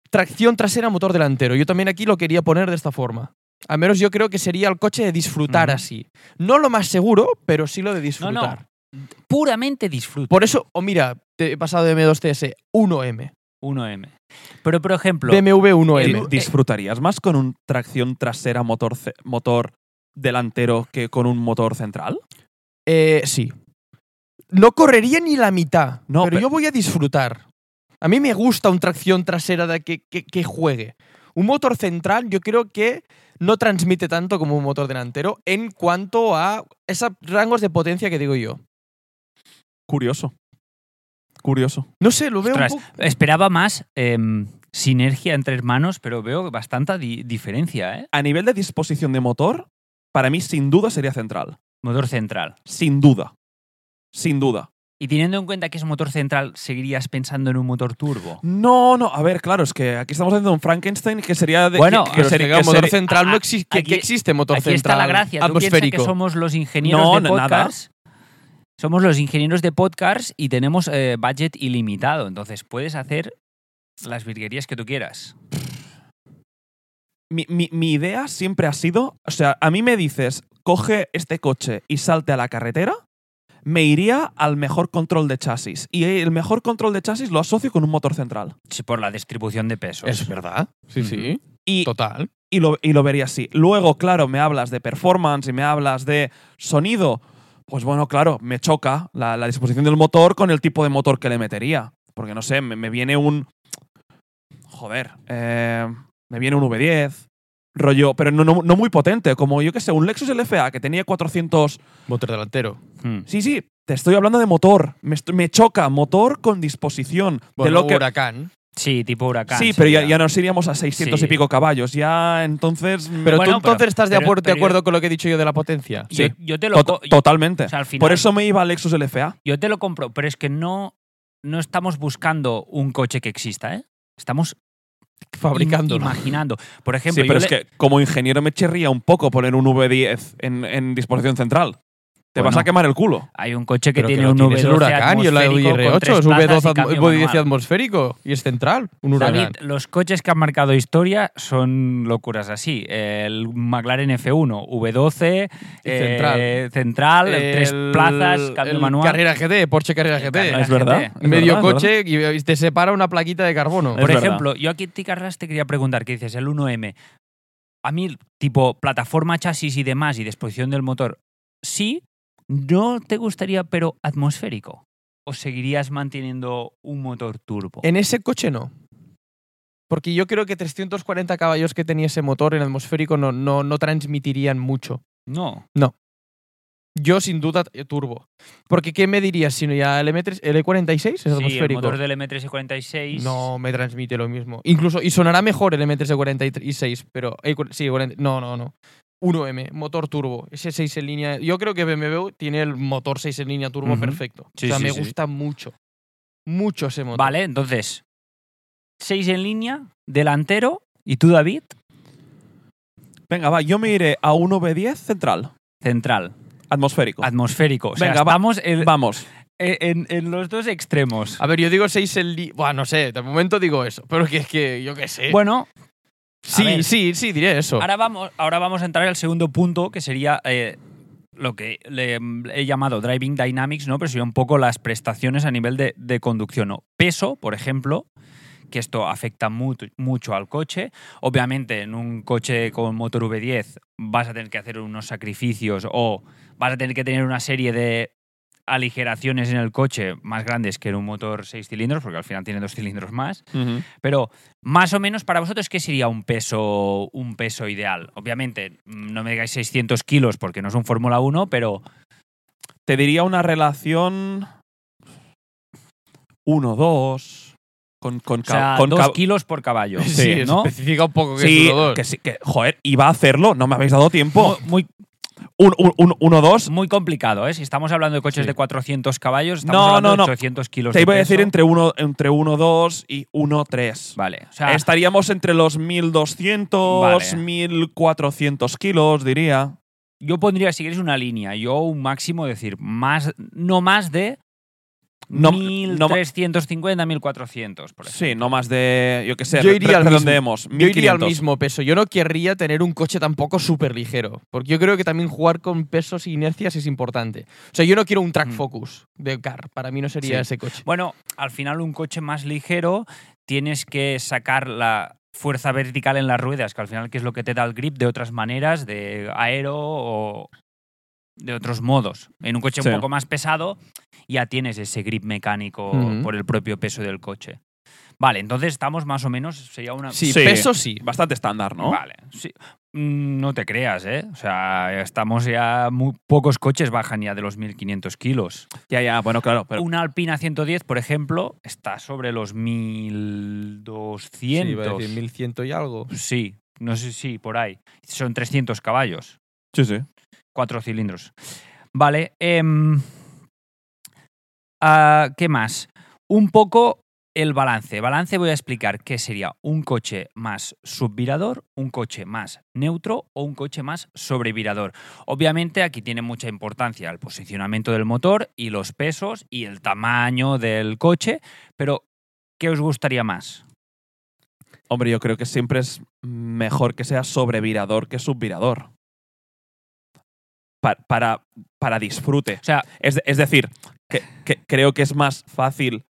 Tracción trasera, motor delantero. Yo también aquí lo quería poner de esta forma. Al menos yo creo que sería el coche de disfrutar Ujú. así. No lo más seguro, pero sí lo de No, disfrutar. no. Puramente disfruto. Por e- eso, o mira, te he pasado de M2TS 1M. 1M. Pero, por ejemplo, BMW 1M. Di- ¿Disfrutarías más con un tracción trasera motor, ce- motor delantero que con un motor central? Eh, sí. No correría ni la mitad, No, pero pe- yo voy a disfrutar. A mí me gusta un tracción trasera de que, que- que juegue. Un motor central yo creo que no transmite tanto como un motor delantero en cuanto a esos rangos de potencia que digo yo. Curioso. Curioso. No sé, lo veo ostras, un poco... esperaba más em, sinergia entre hermanos, pero veo bastante di- diferencia, ¿eh? A nivel de disposición de motor, para mí sin duda sería central. Motor central. Sin duda. Sin duda. Y teniendo en cuenta que es motor central, ¿seguirías pensando en un motor turbo? No, no. A ver, claro, es que aquí estamos haciendo un Frankenstein que sería de. Bueno, que- que Pero es que, sería- claro, que motor sería- central no a- existe. que- aquí- que existe motor Aquí está central la gracia. Tú piensas atmosférico. que somos los ingenieros No, de no, nada. podcast. Somos los ingenieros de podcast y tenemos eh, budget ilimitado. Entonces puedes hacer las virguerías que tú quieras. mi, mi- mi idea siempre ha sido, o sea, a mí me dices, coge este coche y salte a la carretera, me iría al mejor control de chasis. Y el mejor control de chasis lo asocio con un motor central. Sí, por la distribución de pesos. Es verdad. Mm. Sí, sí. Y, Total. y lo, y lo vería así. Luego, claro, me hablas de performance y me hablas de sonido. Pues bueno, claro, me choca la, la disposición del motor con el tipo de motor que le metería. Porque no sé, me, me viene un. Joder, eh, me viene un V10, rollo, pero no, no- no muy potente, como yo que sé, un Lexus LFA que tenía 400. Motor delantero. Mm. Sí, sí, te estoy hablando de motor. Me, est- me choca, motor con disposición. de Bueno, lo que, huracán. Sí, tipo huracán. sí, pero ya, sería. ya nos iríamos a 600 Sí. y pico caballos. Ya entonces. Pero Bueno, tú entonces pero- estás de, pero- acuerdo, de pero yo- acuerdo con lo que he dicho yo de la potencia. Yo, sí. yo te lo Tot- co- yo- totalmente. o sea, al final- Por eso me iba al Lexus LFA. Yo te lo compro, pero es que no, no estamos buscando un coche que exista, ¿eh? Estamos Fabricándolo. im- imaginando. Por ejemplo, sí, pero yo es le- que como ingeniero me chirría un poco poner un V10 en, en disposición central. Te Bueno. vas a quemar el culo. hay un coche que Pero tiene no un tienes V12 el huracán y el atmosférico con IR8 tres es plazas y V12 atmo- cambio V10 manual. atmosférico y es central, un huracán. David, los coches que han marcado historia son locuras así. El McLaren F1, V12, Y eh, central. central, tres El- plazas, cambio el manual. Carrera GT, Porsche Carrera GT. Carrera Es verdad. GT. es medio verdad, es verdad. coche y te separa una plaquita de carbono. Es Por verdad. ejemplo, yo aquí, Tic Arras, te quería preguntar, que dices el 1M. A mí, tipo, plataforma, chasis y demás y disposición del motor, sí, no te gustaría, pero atmosférico. ¿O seguirías manteniendo un motor turbo? En ese coche no. Porque yo creo que 340 caballos que tenía ese motor en atmosférico no, no, no transmitirían mucho. No. No. Yo sin duda eh, turbo. Porque ¿qué me dirías si no ya el M3, el E E46 es Sí, el atmosférico? motor del M346. No me transmite lo mismo. Incluso, y sonará mejor el M3 de 46, pero. eh, cu- sí, 40 no, no, no. 1M, motor turbo. Ese 6 en línea. Yo creo que BMW tiene el motor 6 en línea turbo Ujú. perfecto. Sí, o sea, sí, me sí. gusta mucho. Mucho ese motor. Vale, entonces. 6 en línea, delantero. ¿Y tú, David? Venga, va, yo me iré a un V10 central, Central, atmosférico. atmosférico. O sea, Venga, va- estamos en, e, Vamos. en- en los dos extremos. A ver, yo digo 6 en línea. Bueno, no sé, de momento digo eso. Pero que es que yo qué sé. Bueno, sí, ver. sí, sí, diré eso. ahora vamos, ahora vamos a entrar al segundo punto, que sería eh, lo que le, he llamado Driving Dynamics, ¿no? Pero sería un poco las prestaciones a nivel de, de conducción. ¿no? Peso, por ejemplo, que esto afecta mucho, mucho al coche. Obviamente, en un coche con motor V10 vas a tener que hacer unos sacrificios o vas a tener que tener una serie de aligeraciones en el coche más grandes que en un motor 6 cilindros, porque al final tiene dos cilindros más. Ujú. Pero más o menos para vosotros, ¿qué sería un peso, un peso ideal? Obviamente, mm, no me digáis 600 kilos porque no es un Fórmula 1, pero Te diría una relación 1-2 con, con, o ca- sea, con dos ca- kilos por caballo. sí, ¿no? especifica un poco que Sí, es uno, dos. que sí, que, joder, iba a hacerlo, no me habéis dado tiempo. Mu- Muy, Un- un- un- uno, dos. muy complicado, ¿eh? Si estamos hablando de coches Sí. de 400 caballos, estamos No, hablando no, no. de 800 kilos. Te de iba a peso. decir entre uno, entre uno, dos y uno, tres. Vale, o sea, Estaríamos entre los 1200, Vale. 1400 kilos, diría. yo pondría, si queréis, una línea. Yo un máximo, decir, más, no más de No- no ma- 1350, 1400, por ejemplo. Sí, no más de, yo qué sé, Yo iría re- al redondeemos, Yo iría al 1500. mismo peso. Yo no querría tener un coche tampoco súper ligero. Porque yo creo que también jugar con pesos e inercias es importante. O sea, yo no quiero un track Mm. focus de car. Para mí no sería Sí. ese coche. Bueno, al final un coche más ligero tienes que sacar la fuerza vertical en las ruedas, que al final que es lo que te da el grip de otras maneras, de aero o de otros modos. En un coche Sí. un poco más pesado ya tienes ese grip mecánico Ujú. por el propio peso del coche. Vale, entonces estamos más o menos, sería una... Ah, Sí, Sí. peso sí. Bastante estándar, ¿no? Vale, sí. Mm, No te creas, ¿eh? O sea, estamos ya... Muy, pocos coches bajan ya de los 1.500 kilos. Ya, ya, bueno, claro. Pero, Una Alpina 110, por ejemplo, está sobre los 1200. Sí, iba a decir 1100 y algo. Sí, no sé si por ahí. Son 300 caballos, sí, sí. cuatro cilindros. Vale. em, ah, ¿Qué más? Un poco el balance. Balance voy a explicar qué sería un coche más subvirador, un coche más neutro o un coche más sobrevirador. Obviamente aquí tiene mucha importancia el posicionamiento del motor y los pesos y el tamaño del coche, pero ¿qué os gustaría más? Hombre, yo creo que siempre es mejor que sea sobrevirador que subvirador. Pa- Para, para, disfrute. O sea, Es, de- es decir, que, que creo que es más fácil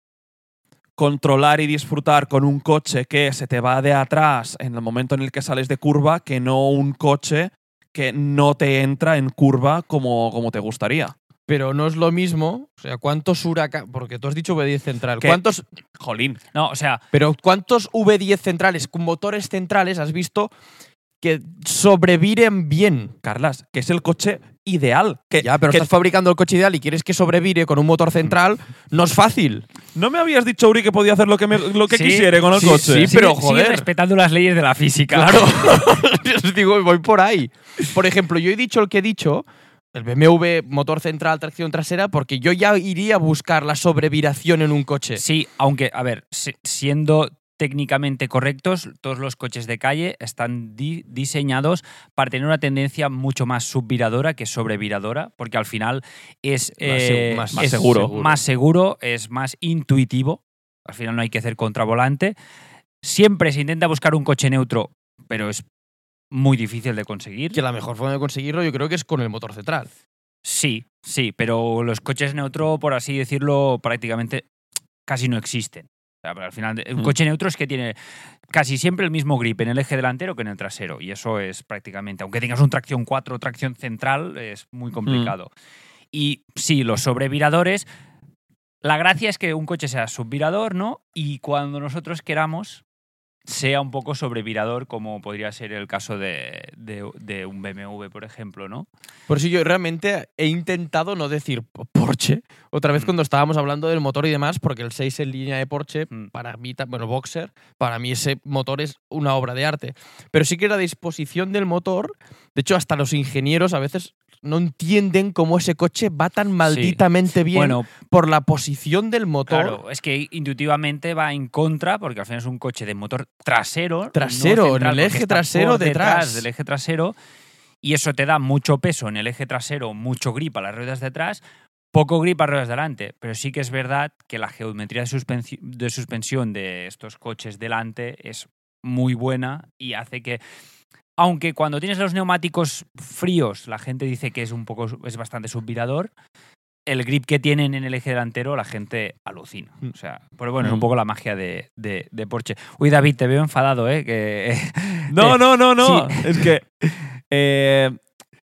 controlar y disfrutar con un coche que se te va de atrás en el momento en el que sales de curva que no un coche que no te entra en curva como, como te gustaría. Pero no es lo mismo. O sea, ¿cuántos huracanes? Porque tú has dicho V10 central. ¿Qué? ¿Cuántos, Jolín. no, o sea, pero ¿cuántos V10 centrales con motores centrales has visto que sobreviven bien? Carlas, que es el coche ideal. Que, Ya, pero que- estás fabricando el coche ideal y quieres que sobrevive con un motor central, no es fácil. ¿No me habías dicho, Uri, que podía hacer lo que, me- lo que Sí, quisiera con el sí, coche? sí, sigue- pero, sigue joder. respetando las leyes de la física. Claro. Yo os digo, voy por ahí. Por ejemplo, yo he dicho el que he dicho, el BMW motor central, tracción trasera, porque yo ya iría a buscar la sobreviración en un coche. Sí, aunque, a ver, si- siendo técnicamente correctos, todos los coches de calle están di- diseñados para tener una tendencia mucho más subviradora que sobreviradora, porque al final es se- eh, más- más es seguro. más seguro, es más intuitivo, al final no hay que hacer contravolante. Siempre se intenta buscar un coche neutro, pero es muy difícil de conseguir. Que la mejor forma de conseguirlo yo creo que es con el motor central. Sí, sí, pero los coches neutro, por así decirlo, prácticamente casi no existen. O sea, pero al final, un Mm. coche neutro es que tiene casi siempre el mismo grip en el eje delantero que en el trasero. Y eso es prácticamente, aunque tengas un tracción 4 o tracción central, es muy complicado. Y sí, los sobreviradores. La gracia es que un coche sea subvirador, ¿no? Y cuando nosotros queramos, sea un poco sobrevirador como podría ser el caso de, de- de un BMW, por ejemplo, ¿no? Por eso yo realmente he intentado no decir po- Porsche. Otra vez Mm. cuando estábamos hablando del motor y demás, porque el 6 en línea de Porsche, Mm. para mí, ta- bueno, Boxer, para mí ese motor es una obra de arte. Pero sí que la disposición del motor, de hecho hasta los ingenieros a veces no entienden cómo ese coche va tan malditamente bien Bueno, por la posición del motor. claro, es que intuitivamente va en contra porque al final es un coche de motor trasero. no Trasero, en el central, porque eje está trasero por detrás. del eje trasero. Y eso te da mucho peso en el eje trasero, mucho grip a las ruedas detrás, poco grip a las ruedas delante. Pero sí que es verdad que la geometría de, suspensi- de suspensión de estos coches delante es muy buena y hace que aunque cuando tienes los neumáticos fríos la gente dice que es un poco es bastante subvirador el grip que tienen en el eje delantero la gente alucina o sea pero bueno es un Mm. poco la magia de, de, de Porsche uy David te veo enfadado eh que No, Eh, no, no, no. Es que. eh,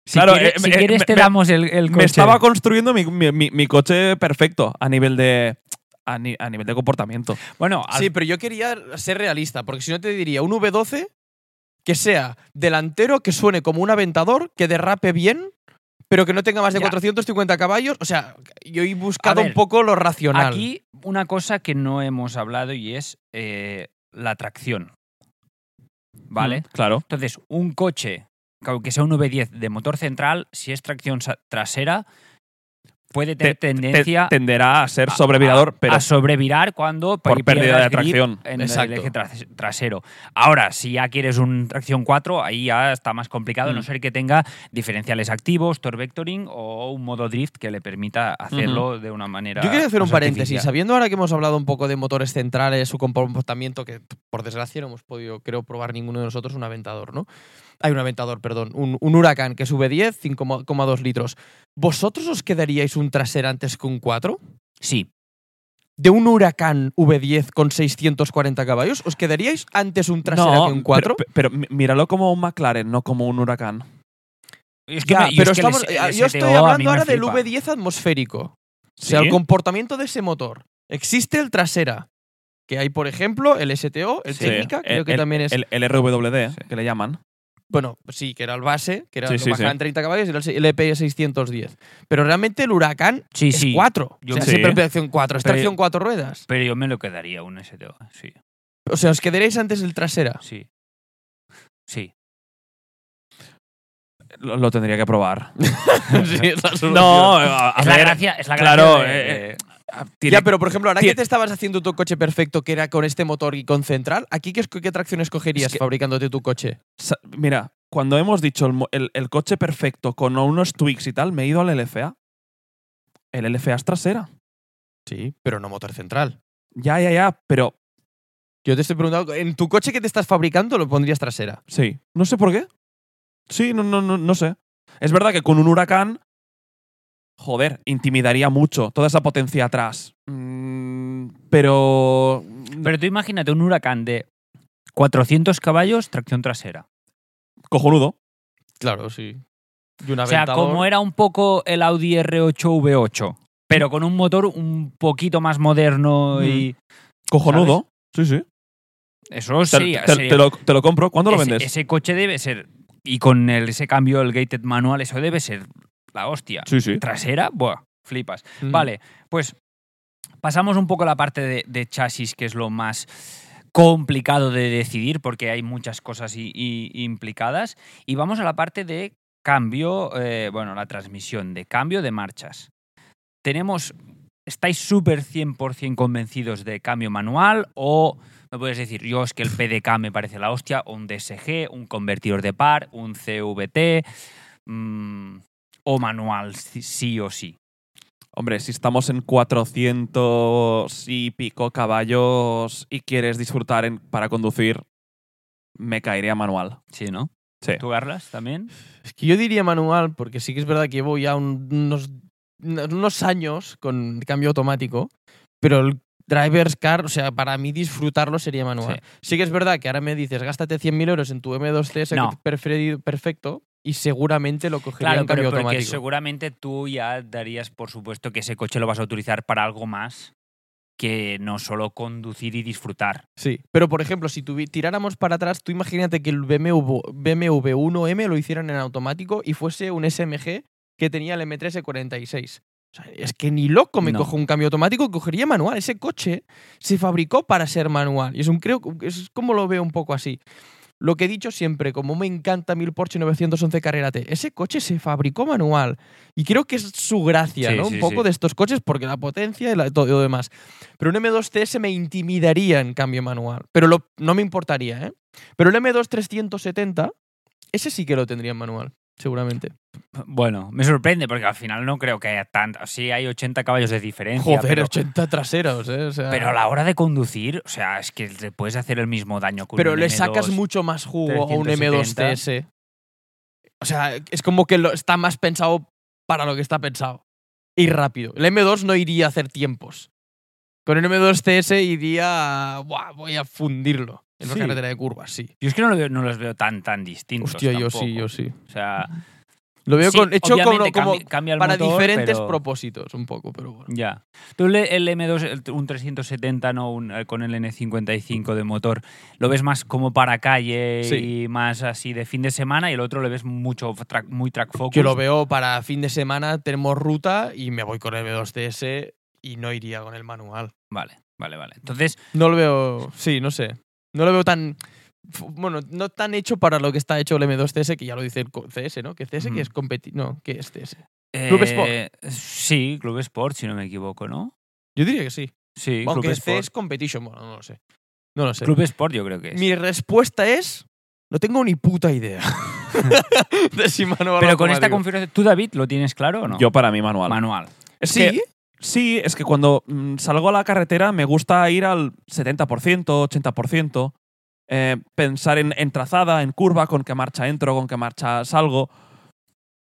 si Claro, quieres, eh, si eh, quieres me- te me- damos el, el coche me estaba construyendo mi, mi- mi- mi coche perfecto a nivel de. A, ni- a nivel de comportamiento. bueno al- Sí, pero yo quería ser realista, porque si no te diría un V12 que sea delantero, que suene como un aventador, que derrape bien, pero que no tenga más de Ya. 450 caballos. O sea, yo he buscado A ver, un poco lo racional. Aquí una cosa que no hemos hablado y es eh, la tracción. ¿Vale? Mm, Claro. Entonces, un coche, que aunque sea un V10 de motor central, si es tracción sa- trasera, puede tener Te- tendencia tenderá a ser a- sobrevirador, a- pero a sobrevirar cuando por pierdas pérdida de grip tracción. en Exacto. el eje tras- trasero. Ahora, si ya quieres un tracción 4, ahí ya está más complicado, a no Mm. ser que tenga diferenciales activos, torque vectoring o un modo drift que le permita hacerlo de una manera. Yo quería hacer un más paréntesis. artificial. Sabiendo ahora que hemos hablado un poco de motores centrales, su comportamiento, que t- por desgracia no hemos podido, creo, probar ninguno de nosotros un aventador, ¿no? Hay un aventador, perdón, un, un huracán que sube 10, 5,2 litros. ¿Vosotros os quedaríais un trasero antes que un 4? Sí, de un huracán V10 con 640 caballos, ¿os quedaríais antes un trasero No, que un 4? Pero, pero mí- míralo como un McLaren, no como un huracán. Es que me- y es pero que estamos- eh, el- el yo estoy STO a mí hablando me ahora del flipa. V10 atmosférico. O sea, ¿Sí? el comportamiento de ese motor. Existe el trasera, que hay, por ejemplo, el STO, el Sí. técnica, El- creo que el- también es. El, el RWD, que le llaman. bueno, sí, que era el base, que era Sí, lo sí, bajaban sí. 30 caballos y era el se- el E EPI 610. Pero realmente el huracán Sí, es sí. 4. Yo o sea, sí. siempre es tracción 4. Es Pero- tracción 4 ruedas. Pero yo me lo quedaría un STO. Sí, O sea, os quedaréis antes el trasera. sí. Sí. Lo, lo tendría que probar. Sí, es la no, solución. a, a es la ver, gracia. Es la claro, gracia de- eh, de- a- tiene- ya, pero por ejemplo, ahora tiene- que te estabas haciendo tu coche perfecto, que era con este motor y con central, ¿aquí qué, qué tracción escogerías Es que- fabricándote tu coche? sa- Mira, cuando hemos dicho el, mo- el- el coche perfecto con unos Twix y tal, me he ido al LFA. El LFA es trasera. Sí, pero no motor central. Ya, ya, ya, pero Yo te estoy preguntando, ¿en tu coche que te estás fabricando lo pondrías trasera? sí. No sé por qué. Sí, no, no, no, no sé. Es verdad que con un huracán, joder, intimidaría mucho toda esa potencia atrás. Mm, pero... Pero tú imagínate un huracán de 400 caballos, tracción trasera. Cojonudo. Claro, sí. Y un O sea, aventador. como era un poco el Audi R8 V8, pero con un motor un poquito más moderno Mm. y. Cojonudo. Sí, sí. Eso Te, sería. te- sería- te lo, te lo compro. ¿Cuándo lo ese, vendes? ese coche debe ser. Y con el- ese cambio, el gated manual, eso debe ser la hostia. Sí, sí. Trasera, buah, flipas. Mm. Vale, pues pasamos un poco a la parte de, de chasis, que es lo más complicado de decidir, porque hay muchas cosas i- i- implicadas. Y vamos a la parte de cambio, eh, bueno, la transmisión, de cambio de marchas. Tenemos, ¿estáis súper 100% convencidos de cambio manual o me puedes decir, yo es que el PDK me parece la hostia, o un DSG, un convertidor de par, un CVT, mm, o manual sí- sí o sí? Hombre, si estamos en 400 y pico caballos y quieres disfrutar en- para conducir, me caería manual. Sí, ¿no? Sí. ¿Tú, Carlas, también? Es que yo diría manual, porque sí que es verdad que llevo ya un- unos, unos años con cambio automático, pero el driver's car, o sea, para mí disfrutarlo sería manual. Sí, que es verdad que ahora me dices, gástate 100.000 euros en tu M2C ese No. que preferido- perfecto y seguramente lo cogería en cambio porque automático. seguramente tú ya darías por supuesto que ese coche lo vas a utilizar para algo más que no solo conducir y disfrutar. Sí. Pero, por ejemplo, si tuvi- tiráramos para atrás, tú imagínate que el BMW, BMW 1M lo hicieran en automático y fuese un SMG que tenía el E M1346. O sea, es que ni loco me No. cojo un cambio automático, cogería manual. Ese coche se fabricó para ser manual. Y es, un, creo, es como lo veo un poco así. Lo que he dicho siempre, como me encanta mi Porsche 911 Carrera T, ese coche se fabricó manual. Y creo que es su gracia, Sí, ¿no? sí, un poco sí. de estos coches, porque la potencia y la- todo lo demás. Pero un M2CS me intimidaría en cambio manual. Pero lo- no me importaría, ¿eh? Pero el M2 370, ese sí que lo tendría en manual, seguramente. Bueno, me sorprende porque al final no creo que haya tanto. Sí, hay 80 caballos de diferencia. Joder, pero, 80 traseros, ¿eh? O sea, pero a la hora de conducir, o sea, es que te puedes hacer el mismo daño con pero un le M2. sacas mucho más jugo a un 370. M2 TS. O sea, es como que lo, está más pensado para lo que está pensado. Y rápido. El M2 no iría a hacer tiempos. Con el M2 TS iría a, "Buah, voy a fundirlo en una Sí. carretera de curvas, sí. Yo es que no, lo veo- no los veo tan, tan distintos. Hostia, yo sí, tampoco. yo sí. O sea, Lo veo sí, con, hecho como, obviamente como cambi- cambia el para motor, diferentes pero- propósitos, un poco, pero bueno. Ya. Tú le- el M2, el- un 370, no un, eh, con el N55 de motor, lo ves más como para calle Sí. y más así de fin de semana y el otro le ves mucho track- muy track focus. Yo lo veo para fin de semana, tenemos ruta y me voy con el M2 TS y no iría con el manual. Vale, vale, vale. Entonces, No lo veo. Sí, no sé. No lo veo tan. f- Bueno, no tan hecho para lo que está hecho el M2CS, que ya lo dice el co- CS, ¿no? Que CS Ujú. que es competir. No, que es CS. Club Sport. eh, Sí, Club Sport, si no me equivoco, ¿no? Yo diría que sí. Sí, Aunque Club C Sport. es competition, bueno, no lo sé. No lo sé. Club Sport yo creo que es. Mi respuesta es. No tengo ni puta idea. de si manual Pero con esta automático. configuración, ¿tú David lo tienes claro o no? Yo para mí manual. manual. Es que- Sí, sí, es que cuando mm, salgo a la carretera me gusta ir al 70%, 80%, eh, pensar en, en trazada, en curva, con qué marcha entro, con qué marcha salgo.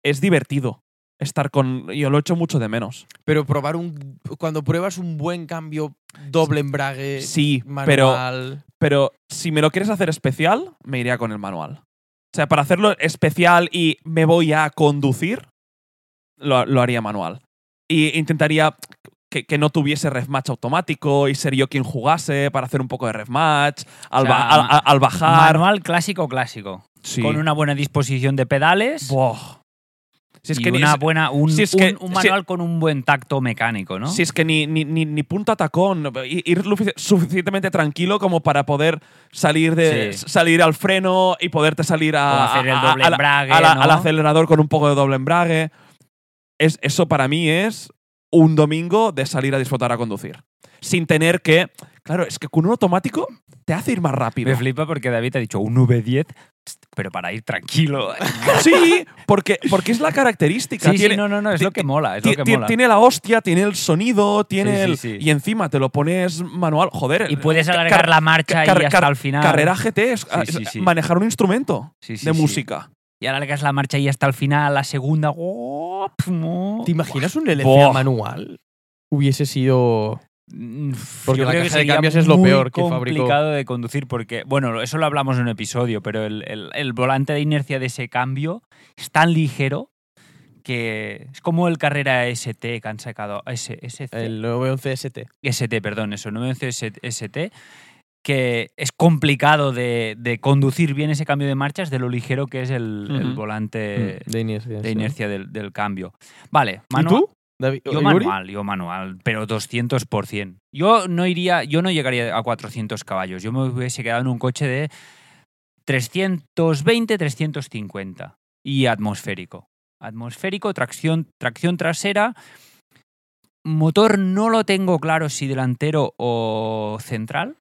Es divertido estar con... Yo lo echo mucho de menos. pero probar un. Cuando pruebas un buen cambio doble embrague. Sí, pero Eh, Manual. Pero si me lo quieres hacer especial, me iría con el manual. O sea, para hacerlo especial y me voy a conducir, lo, lo haría manual. Y intentaría que, que no tuviese refmatch automático y ser yo quien jugase para hacer un poco de refmatch, al, O sea, ba- al- al- al bajar. Manual clásico, clásico. Sí. Con una buena disposición de pedales. Buah. Si es y que, ni, una buena, un, si es un- que- un manual con un buen tacto mecánico, ¿no? si es que ni, ni, ni- ni punta tacón, i- ir lo sufici- suficientemente tranquilo como para poder salir, de, Sí. salir al freno y poderte salir a, O hacer el a- a- doble a la- embrague, a la- ¿no? al acelerador con un poco de doble embrague. Es, eso para mí es un domingo de salir a disfrutar a conducir. Sin tener que. Claro, es que con un automático te hace ir más rápido. Me flipa porque David ha dicho un V10, pero para ir tranquilo. Sí, porque, porque es la característica. sí, sí, tiene, no, no, no, es ti- lo que ti- mola, es lo ti- que ti- mola. tiene la hostia, tiene el sonido, tiene sí, el. sí. Y encima te lo pones manual. Joder. Y el- puedes car- alargar la marcha car- y hasta car- el final. Carrera GT es, Sí, sí, es sí. manejar un instrumento Sí, sí, de sí. música. Y alargas la marcha y hasta el final, la segunda. ¡oh! ¡pum! ¿Te imaginas un LCA Buah. manual? Hubiese sido. Mm, Porque yo la creo caja que de sería cambios es lo muy peor que fabricó. complicado de conducir porque, bueno, eso lo hablamos en un episodio, pero el, el- el volante de inercia de ese cambio es tan ligero que es como el carrera ST que han sacado. S, SC. El 911 ST. ST, perdón, eso, 911 ST, que es complicado de, de conducir bien ese cambio de marchas de lo ligero que es el, el Ujú. volante Mm, De inercia. de sí. inercia del, del cambio. Vale, ¿Y manual. tú? David, Yo ¿Yuri? manual, yo manual, pero 200%. Yo no iría, yo no llegaría a 400 caballos. Yo me hubiese quedado en un coche de 320, 350 y atmosférico. Atmosférico, tracción, tracción trasera. Motor no lo tengo claro si delantero o central.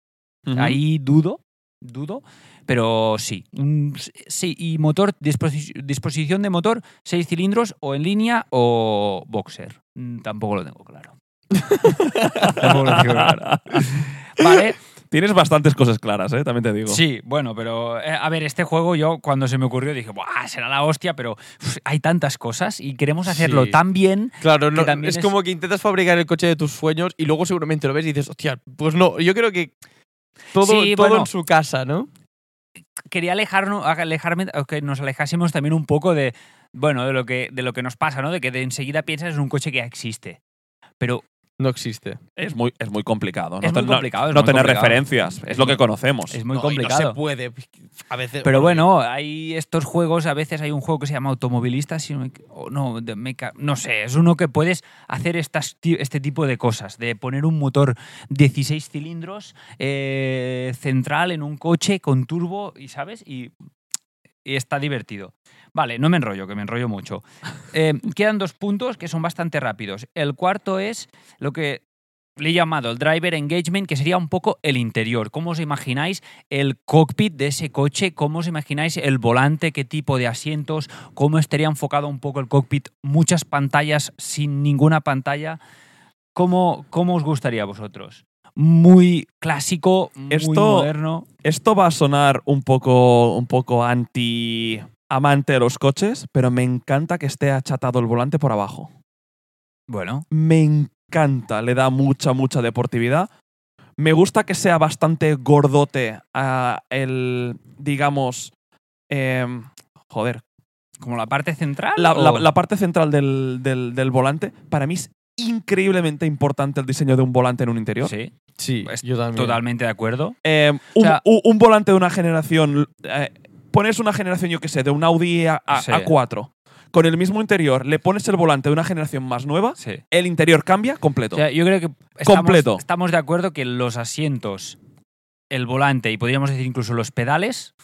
Ahí dudo, dudo, pero sí. un- sí, y motor, disposi- disposición de motor, seis cilindros o en línea o boxer. Mm, Tampoco lo tengo claro. Tampoco lo tengo claro. Vale, Tienes bastantes cosas claras, ¿eh? también te digo. sí, bueno, pero eh, a ver, este juego yo cuando se me ocurrió dije, Buah, será la hostia, pero uf, hay tantas cosas y queremos hacerlo Sí. tan bien. Claro, no, también es, es- como que intentas fabricar el coche de tus sueños y luego seguramente lo ves y dices, hostia, pues no, yo creo que todo, Sí, todo bueno. en su casa, ¿no? Quería alejarnos, alejarme, o que nos alejásemos también un poco de, bueno, de lo que, de lo que nos pasa, ¿no? De que de enseguida piensas en un coche que ya existe. Pero No existe. Es muy, es muy complicado. no Es muy ten- no- complicado, es no muy tener complicado. referencias. Es lo que conocemos. Es muy No, y No complicado. se puede. pues, A veces. Pero bueno, hay estos juegos, a veces hay un juego que se llama Automovilista, si no, me- o no, de meca- no sé, es uno que puedes hacer estas, ti- este tipo de cosas, de poner un motor 16 cilindros eh, central en un coche con turbo, y ¿sabes? Y, y está divertido. Vale, no me enrollo, que me enrollo mucho. Eh, quedan dos puntos que son bastante rápidos. El cuarto es lo que le he llamado el driver engagement, que sería un poco el interior. ¿Cómo os imagináis el cockpit de ese coche? ¿Cómo os imagináis el volante? ¿Qué tipo de asientos? ¿Cómo estaría enfocado un poco el cockpit? Muchas pantallas sin ninguna pantalla. ¿Cómo, cómo os gustaría a vosotros? Muy clásico, muy Esto- moderno. Esto va a sonar un poco, un poco anti amante de los coches, pero me encanta que esté achatado el volante por abajo. Bueno, Me encanta, le da mucha, mucha deportividad. Me gusta que sea bastante gordote a el, digamos, em, joder, como la parte central. la, la- o- la parte central del, del- del volante. Para mí es increíblemente importante el diseño de un volante en un interior. Sí, Sí, Pues, yo también. totalmente de acuerdo. Eh, un, sea- u- un volante de una generación. eh, pones una generación, yo qué sé, de un Audi A, Sí. 4 con el mismo interior, le pones el volante de una generación más nueva, Sí. el interior cambia completo. O sea, yo creo que estamos, Completo. estamos de acuerdo que los asientos, el volante y podríamos decir incluso los pedales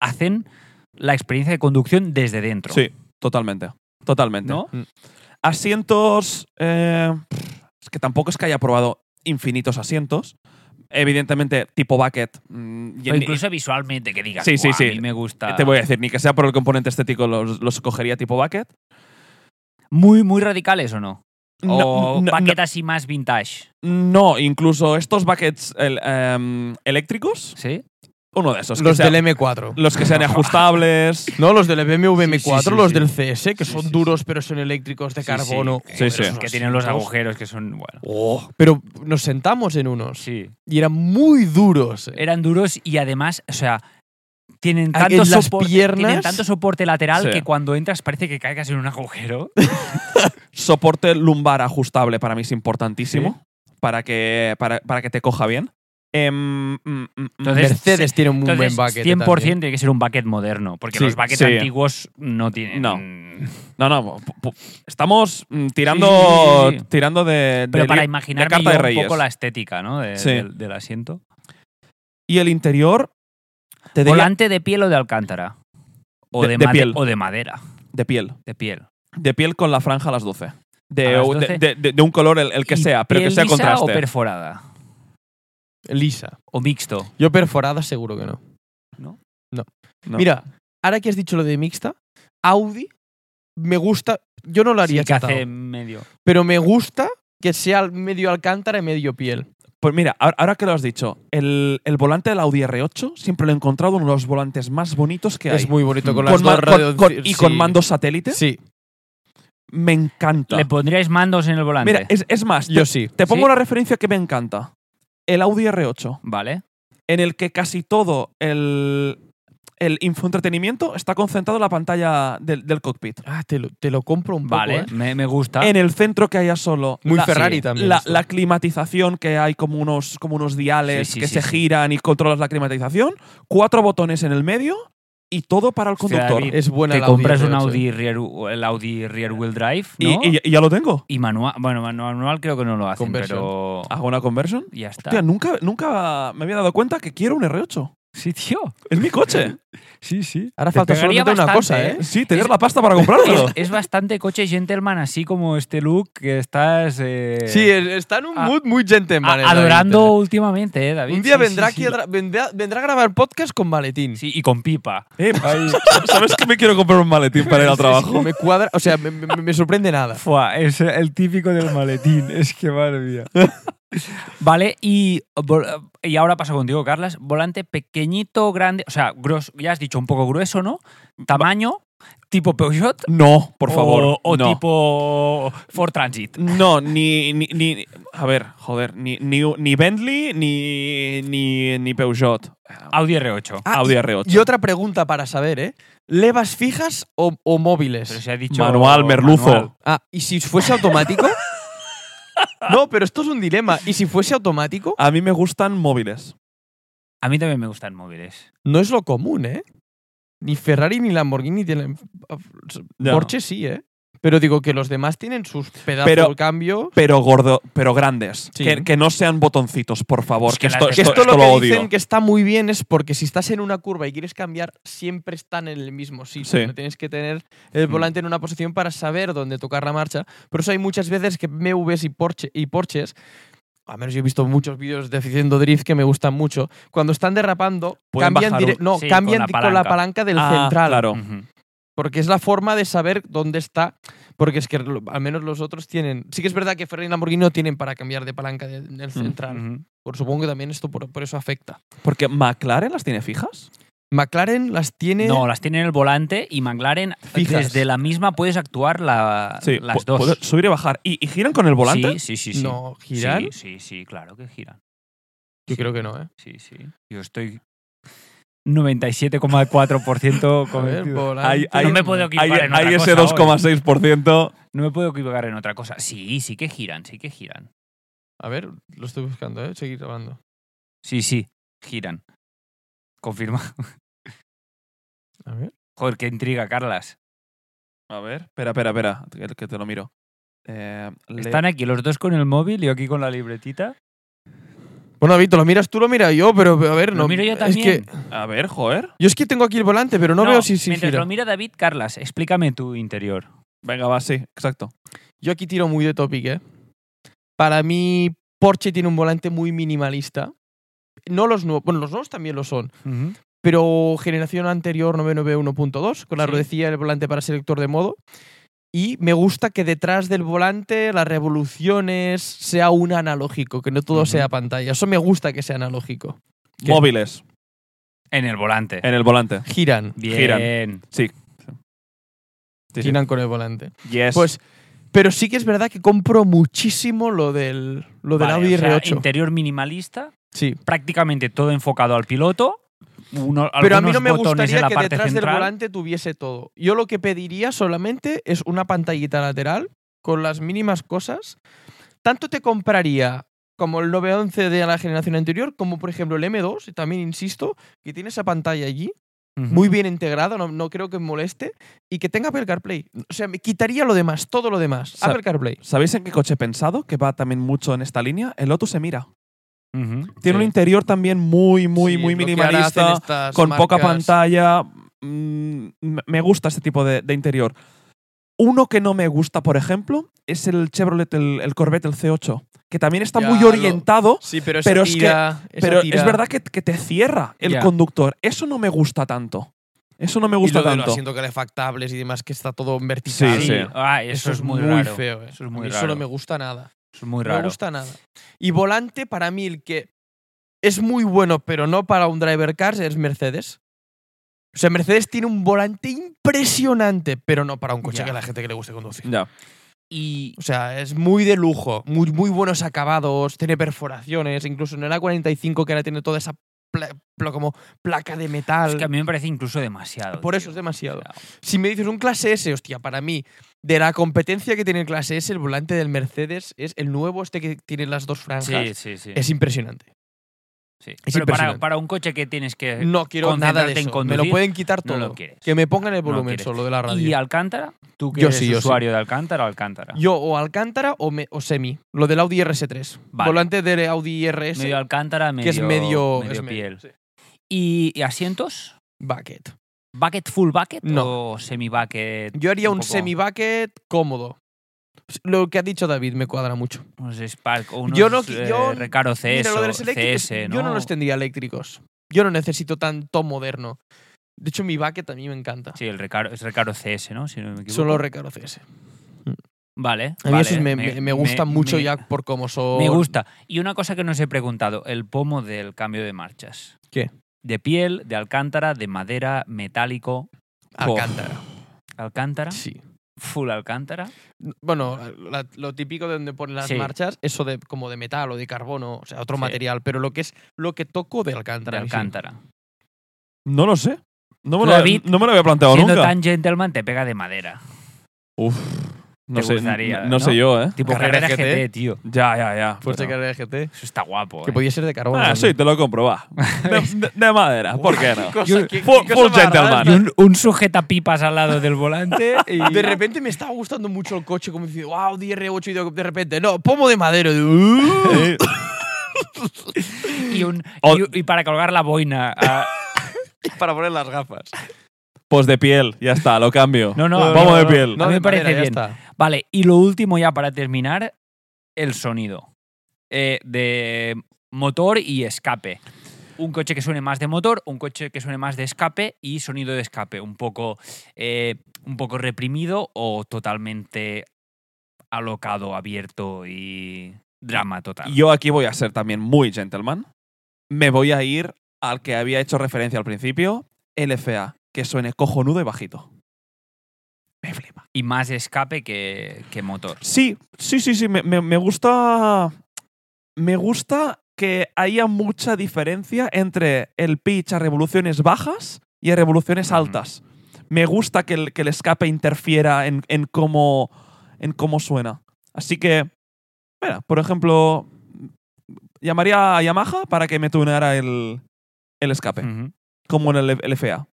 hacen la experiencia de conducción desde dentro. sí, totalmente. Totalmente. Mm. ¿No? Asientos. eh, es que tampoco es que haya probado infinitos asientos. Evidentemente, tipo bucket. mm, y O en- incluso visualmente que digas, Sí, sí, "Guau, sí. a mí me gusta. te voy a decir, ni que sea por el componente estético los, los cogería tipo bucket. Muy, muy radicales o no. No, o no, no, baquetas así más vintage. No, incluso estos buckets el- em, eléctricos, ¿Sí? uno de esos. que Los sea- del M4. los que sean ajustables. No, los del BMW Sí, M4, sí, sí, los sí. del CS, que Sí, son sí, duros pero son eléctricos de Sí, carbono. Sí, Joder, sí. esos Que tienen los asientos. agujeros que son. Bueno. Oh, pero nos sentamos en unos Sí. y eran muy duros. eh. Eran duros y además, o sea. Tienen Ah, tanto, en las soporte, piernas. tienen tanto soporte lateral Sí. que cuando entras parece que caigas en un agujero. Soporte lumbar ajustable para mí es importantísimo. Para, que, para, para que te coja bien. Em, mm, mm, mm. Entonces, Mercedes tiene un Entonces, buen baquete 100% también. tiene que ser un bucket moderno, porque Sí, los buckets sí. antiguos no tienen. Mm. No. no, Pero no. pu- pu- Estamos mm, tirando, Sí, sí, sí, sí. tirando de. de para li- imaginar carta de un Reyes. poco la estética ¿no? de- Sí. del, del asiento. y el interior. Te diría- Volante de piel o de alcántara. O De- de, de made- piel. O de madera. de piel. De piel. De piel con la franja a las 12. De, A las o- de- 12. de- de- de un color, el, el que ¿Y sea, pero que piel sea lisa o contraste. perforada. Lisa. O mixto. Yo perforada seguro que no. ¿No? No. No. Mira, ahora que has dicho lo de mixta, Audi me gusta. Yo no lo haría Sí, que achatado, hace medio. pero me gusta que sea al medio alcántara y medio piel. Pues mira, ahora- ahora que lo has dicho, el, el volante del Audi R8 siempre lo he encontrado uno de los volantes más bonitos que hay. Es muy bonito con, Con las ma- dos con- radio- con- y sí. con mandos ¿Este? satélites. Sí, Me encanta. ¿Le pondríais mandos en el volante? Mira, es, es ¿Este? más, yo te, sí. te pongo ¿Sí? la referencia que me encanta. El Audi R8, Vale. en el que casi todo el, el infoentretenimiento está concentrado en la pantalla del, del cockpit. Ah, te lo, te lo compro un Vale. poco. ¿eh? Me, me gusta. En el centro que haya solo Muy la, Ferrari también. la, esto. la climatización, que hay como unos, como unos diales Sí, sí, que sí, se sí. giran y controlas la climatización, cuatro botones en el medio y todo para el Hostia, conductor. David, es buena Te la Audi compras un R8, Audi rear, el Audi rear wheel drive. Y- ¿no? y, y ya lo tengo. Y manual, bueno, manu- manual creo que no lo hacen, Conversión. pero Hago una conversion. ya Ah. está. Hostia, nunca, nunca me había dado cuenta que quiero un R8. Sí, tío. Es mi coche. Sí, sí. Ahora Te falta pegaría solamente una bastante, cosa, ¿eh? ¿eh? Sí, tener la pasta para comprármelo. Es, es bastante coche gentleman, así como este look que estás eh, Sí, es- está en un a- mood muy a- gentleman. el David. adorando últimamente, ¿eh, David? Un día Sí, vendrá, sí, aquí sí. a dra- vendrá, vendrá a grabar podcast con maletín. Sí, y con pipa. Eh, ¿Sabes que me quiero comprar un maletín para ir al trabajo? Me cuadra, o sea, me, me- me sorprende nada. Fua, es el típico del maletín. es que madre mía. vale, y, vol- y ahora paso contigo, Carlas. Volante pequeñito, grande. O sea, gros, ya has dicho un poco grueso, ¿no? Tamaño, tipo Peugeot. No, por favor. O, o no. tipo Ford Transit. No, ni, ni, ni- A ver, joder. Ni, ni, ni Bentley ni, ni, ni Peugeot. Audi R8. Ah, Audi y- R8. Y otra pregunta para saber, ¿eh? ¿Levas fijas o, o móviles? Pero se ha dicho. Manual, merluzo. manual. Ah, ¿y si fuese automático? No, pero esto es un dilema. ¿Y si fuese automático? A mí me gustan móviles. A mí también me gustan móviles. No es lo común, ¿eh? Ni Ferrari ni Lamborghini tienen. Ya. Porsche sí, ¿eh? Pero digo que los demás tienen sus pedazos Pero- al cambio. Pero gordo, pero grandes. Sí. Que, que no sean botoncitos, por favor. Es que que esto, las- Que esto, esto, esto lo lo, que odio. dicen que está muy bien es porque si estás en una curva y quieres cambiar, siempre están en el mismo sitio. Sí. No tienes que tener el Mm. volante en una posición para saber dónde tocar la marcha. Por eso hay muchas veces que BMWs y, Porsche, y Porsches, a menos yo he visto muchos vídeos de haciendo drift que me gustan mucho, cuando están derrapando, Pueden cambian, bajar un- dire- no, Sí, cambian con di- la con, la palanca. palanca del Ah, central. Claro. Ujú. Porque es la forma de saber dónde está. Porque es que lo- al menos los otros tienen. Sí que es verdad que Ferrari y Lamborghini no tienen para cambiar de palanca de- Mm. del central. Ujú. Por supongo que también esto por, por eso afecta. Porque McLaren las tiene fijas. McLaren las tiene. No, las tiene en el volante y McLaren, Fijas. desde la misma puedes actuar la- Sí, las pu- dos. puede subir y bajar. ¿Y, y giran con el volante? Sí, sí, sí. sí. No, giran. Sí, sí, sí, claro que giran. Yo creo que no, ¿eh? Sí, sí. Yo estoy 97,4% A ver, convencido. volante. Hay- hay- no me puedo Hay, equivocar en hay otra ese cosa. hoy. 2,6%. No me puedo equivocar en otra cosa. Sí, sí que giran, sí que giran. A ver, lo estoy buscando, ¿eh? Seguir grabando. Sí, sí, giran. Confirma. A ver. Joder, qué intriga, Carlas. A ver, espera, espera, espera, que, que te lo miro. Eh, le- Están aquí los dos con el móvil y yo aquí con la libretita. Bueno, Vito, lo miras tú, lo mira yo, pero pero a ver, Lo no. miro yo Es también. que, A ver, joder. yo es que tengo aquí el volante, pero no, veo si, si Mientras gira. lo mira David, Carlas, explícame tu interior. Venga, va, sí, exacto. Yo aquí tiro muy de topic, ¿eh? Para mí, Porsche tiene un volante muy minimalista. No los nuevos, bueno, los nuevos también lo son, pero generación anterior 991.2, con la Sí. ruedecilla y el volante para selector de modo. Y me gusta que detrás del volante las revoluciones sea un analógico, que no todo Ujú. sea pantalla. Eso me gusta que sea analógico. ¿Qué? Móviles En el volante. en el volante. Eh, Giran, Bien. Giran. Sí, sí. giran con el volante. Yes. Pues, pero sí que es verdad que compro muchísimo lo del, lo del Vale, Audi o sea, R8. Interior minimalista, Sí. prácticamente todo enfocado al piloto. uno- Pero a mí algunos no me botones en gustaría la que parte detrás del central. volante tuviese todo. Yo lo que pediría solamente es una pantallita lateral con las mínimas cosas. Tanto te compraría como el 911 de la generación anterior, como por ejemplo el M2, y también insisto, que tiene esa pantalla allí, Ujú. muy bien integrada, no, no creo que moleste, y que tenga Apple CarPlay. O sea, me quitaría lo demás, todo lo demás. Sa- Apple CarPlay. ¿Sabéis en qué coche he pensado? Que va también mucho en esta línea. El Lotus Emira. Ujú. Tiene un Sí. interior también muy, muy, muy minimalista, con poca pantalla. Mm, me me gusta este tipo de, de interior. Uno que no me gusta, por ejemplo, es el Chevrolet, el, el Corvette, el C8, que también está Ya, muy lo- orientado, Sí, pero, esa Pero es que- pero es verdad que, que te cierra el Ya. conductor. Eso no me gusta tanto. Eso no me y gusta lo de tanto. los asientos calefactables y demás que está todo en vertical. Sí, sí. Ah, eso, es muy, raro. feo. eh. Eso es A muy mí raro. Eso no me gusta nada. Eso es muy No me raro. gusta nada. Y volante, para mí, el que es muy bueno, pero no para un driver cars, es Mercedes. O sea, Mercedes tiene un volante impresionante, pero no para un coche Ya. que a la gente que le guste conducir. Ya. Y O sea, es muy de lujo, muy, muy buenos acabados, tiene perforaciones, incluso en el A45 que ahora tiene toda esa pla- pla- como placa de metal. es que a mí me parece incluso demasiado. Por tío. eso es demasiado. O sea, Si me dices un clase S, hostia, para mí, de la competencia que tiene el clase S, el volante del Mercedes es el nuevo, este que tiene las dos franjas. Sí, sí, sí. Es impresionante. sí. es Pero para, impresionante. para un coche que tienes que. No quiero nada de concentrarte Eh, en eso. Me lo conducir, pueden quitar no todo. lo quieres. que me pongan el No lo volumen quieres. solo de la radio. ¿Y Alcántara? Tú que Yo eres sí, yo sí. usuario de Alcántara o Alcántara. Yo o Alcántara o, me- o Semi. Lo del Audi RS3. Vale. Volante del Audi RS. medio Alcántara, medio, que es medio, medio es medio, piel. sí. ¿Y, y asientos? Bucket. ¿Bucket full bucket No. o semi bucket? Yo haría Un un, poco. semi bucket cómodo. Lo que ha dicho David me cuadra mucho. Unos Spark o unos Yo no qui- eh, yo- Recaro CS, Mira, lo de o los eléctricos, CS, ¿no? Yo no los tendría eléctricos. Yo no necesito tanto moderno. De hecho, mi bucket a mí me encanta. Sí, el recaro, es recaro CS, ¿no? Si no me equivoco. Son los recaros CS. Vale. A mí vale, esos me, me- me gustan me- mucho me- ya por cómo son. Me gusta. Y una cosa que no os he preguntado, el pomo del cambio de marchas. ¿Qué? De piel, de alcántara, de madera, metálico, Alcántara. alcántara, Sí. full alcántara. Bueno, la- lo típico de donde ponen las Sí. marchas, eso de como de metal o de carbono, o sea, otro Sí. material, pero lo que es lo que toco de Alcántara. De a mí sí. alcántara. No lo sé. No me, David, lo, no me lo había planteado Siendo nunca. tan gentleman, te pega de madera. Uf. No, Te sé, gustaría, no, no sé ¿no? yo, ¿eh? Tipo Carrera carrera GT. GT, tío. Ya, ya, ya. Fuerza pero- de carrera de GT. Eso está guapo. Que eh. podía ser de carbón. Ah, sí, también. te lo compro, va. De, de- de madera, ¿por qué no? Cosa Yo- que- Full- qué cosa full más rara. gentleman. Y un, un sujetapipas al lado del volante y... De repente me estaba gustando mucho el coche, como diciendo, wow, DR8 y de- de repente, no, pomo de madero. de, "Uh". Eh, y, un- O- y- y para colgar la boina. a- Para poner las gafas. Pues de piel, ya está, lo cambio. No, no, Pomo no, de no, piel. no. A mí me parece madera, ya bien. está. Vale, y lo último ya para terminar, el sonido. Eh, de motor y escape. Un coche que suene más de motor, un coche que suene más de escape y sonido de escape. Un poco, eh, un poco reprimido o totalmente alocado, abierto y drama total. Yo aquí voy a ser también muy gentleman. Me voy a ir al que había hecho referencia al principio, LFA, que suene cojonudo y bajito. Me flipa. Y más escape que, que motor. Sí, sí, sí, sí. Me, me- me gusta. Me gusta que haya mucha diferencia entre el pitch a revoluciones bajas y a revoluciones Ujú. altas. Me gusta que el, que el escape interfiera en, en cómo. en cómo suena. Así que. Mira, por ejemplo. Llamaría a Yamaha para que me tuneara el, el escape, Ujú. como en el, el FA.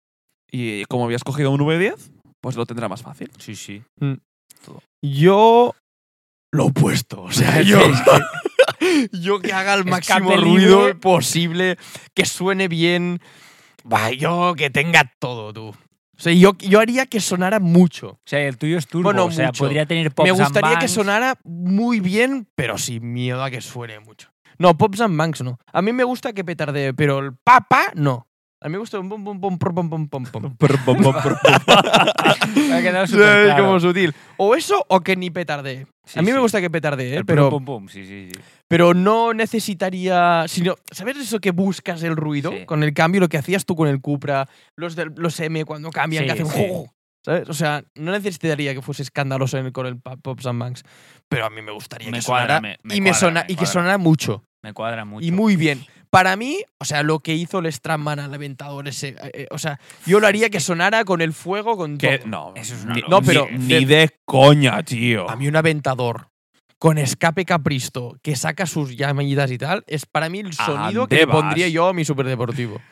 Y como había escogido un V10, pues lo tendrá más fácil. Sí, sí. Yo. Lo opuesto. O sea, yo. yo que haga el Escape máximo libre. ruido posible, que suene bien. Va, yo que tenga todo, tú. O sea, yo, yo haría que sonara mucho. O sea, el tuyo es turbo. Bueno, o sea, mucho. podría tener pops Me and gustaría que bangs. sonara muy bien, pero sin miedo a que suene mucho. No, Pops and Banks no. A mí me gusta que petarde, pero el papa no. A mí me gusta un pum pum pum pum pum pum pum. Me ha quedado Es superclaro. como sutil. O eso o que ni petarde. Sí, a mí me sí. gusta que petarde, El pero, pum, pum, pum, sí, sí, sí. pero no necesitaría. Sino, ¿Sabes eso que buscas el ruido Sí. con el cambio? Lo que hacías tú con el Cupra, los, del- los M cuando cambian, Sí, que hacen. sí. "Jo". ¿Sabes? O sea, no necesitaría que fuese escandaloso en- con el pa- Pops and Banks. Pero a mí me gustaría Me que sonara. cuadra, me- me y, me cuadra, sona- me y que cuadra. sonara mucho. Me cuadra mucho. Y muy bien. Para mí, o sea, lo que hizo el Stratman al aventador ese. eh, eh, o sea, yo lo haría que sonara con el fuego, con Que, todo. no, Eso es una ni- locura. No, pero- ni, ni de coña, tío. A mí un aventador con escape capristo que saca sus llamitas y tal es para mí el ¿A sonido dónde que le vas? pondría yo a mi superdeportivo.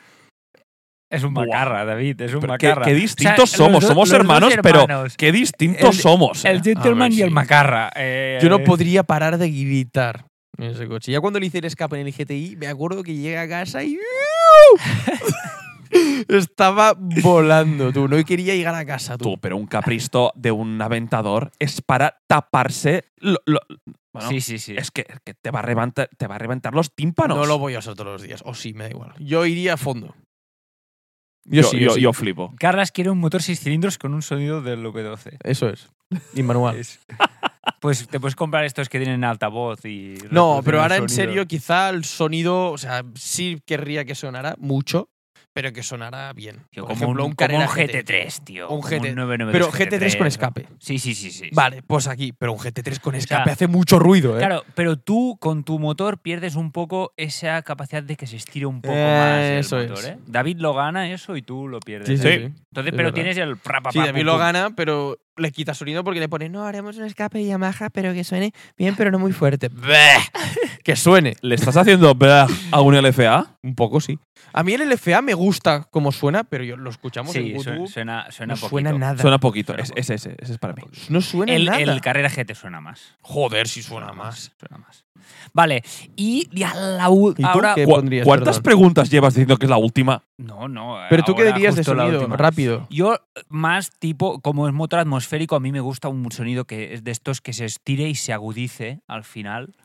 Es un Buah. macarra, David, es un Pero qué, macarra. qué distintos O sea, los somos, dos- somos los dos hermanos, pero hermanos. qué distintos El- somos. eh. El gentleman ver, y el sí. macarra. eh, Yo no eh, podría parar de gritar en ese coche. Ya cuando le hice el escape en el GTI, me acuerdo que llegué a casa y. Estaba volando, tú. No quería llegar a casa, tú. Tú, pero un capristo de un aventador es para taparse. lo- lo- bueno, Sí, sí, sí. Es que, que te, va a reventar, te va a reventar los tímpanos. No lo voy a hacer todos los días. O sí, me da igual. Yo iría a fondo. yo, yo- yo, sí. yo flipo. Carlas quiere un motor 6 cilindros con un sonido del V12. Eso es. Y manual. Es- Pues te puedes comprar estos que tienen altavoz y. No, pero reproducen ahora el en sonido. serio, quizá el sonido, o sea, sí querría que sonara mucho, pero que sonara bien. Tío, Por como, ejemplo, un, como Carrera un GT3, tío. Un como GT. 992 Pero GT3 con ¿no? escape. Sí, sí, sí, sí. Vale, pues aquí, pero un GT3 con escape sea, hace mucho ruido, ¿eh? Claro, pero tú con tu motor pierdes un poco esa capacidad de que se estire un poco Eh, más el eso motor, es. ¿eh? David lo gana eso y tú lo pierdes. Sí, sí, ¿eh? sí. Entonces, es pero verdad. tienes el pra, pa, Sí, pa, David pum, lo pum. gana, pero le quita sonido porque le pone, no, haremos un escape Yamaha, pero que suene bien, pero no muy fuerte. que suene. ¿Le estás haciendo brag a un LFA? Un poco, sí. A mí el LFA me gusta como suena, pero yo, lo escuchamos en Sí, YouTube. su- suena, suena no poquito. suena nada. Suena poquito. Suena Es, poco. es ese, ese es para mí. no suena el, nada. el carrera GT suena más. Joder, si suena más. Suena más. Vale, y ya la u- ¿Y tú ahora qué? Cu- pondrías, ¿Cuántas perdón? preguntas llevas diciendo que es la última? No, no. Pero tú qué ahora dirías de justo la sonido, última. rápido. Yo más tipo, como es motor atmosférico, a mí me gusta un sonido que es de estos que se estire y se agudice al final.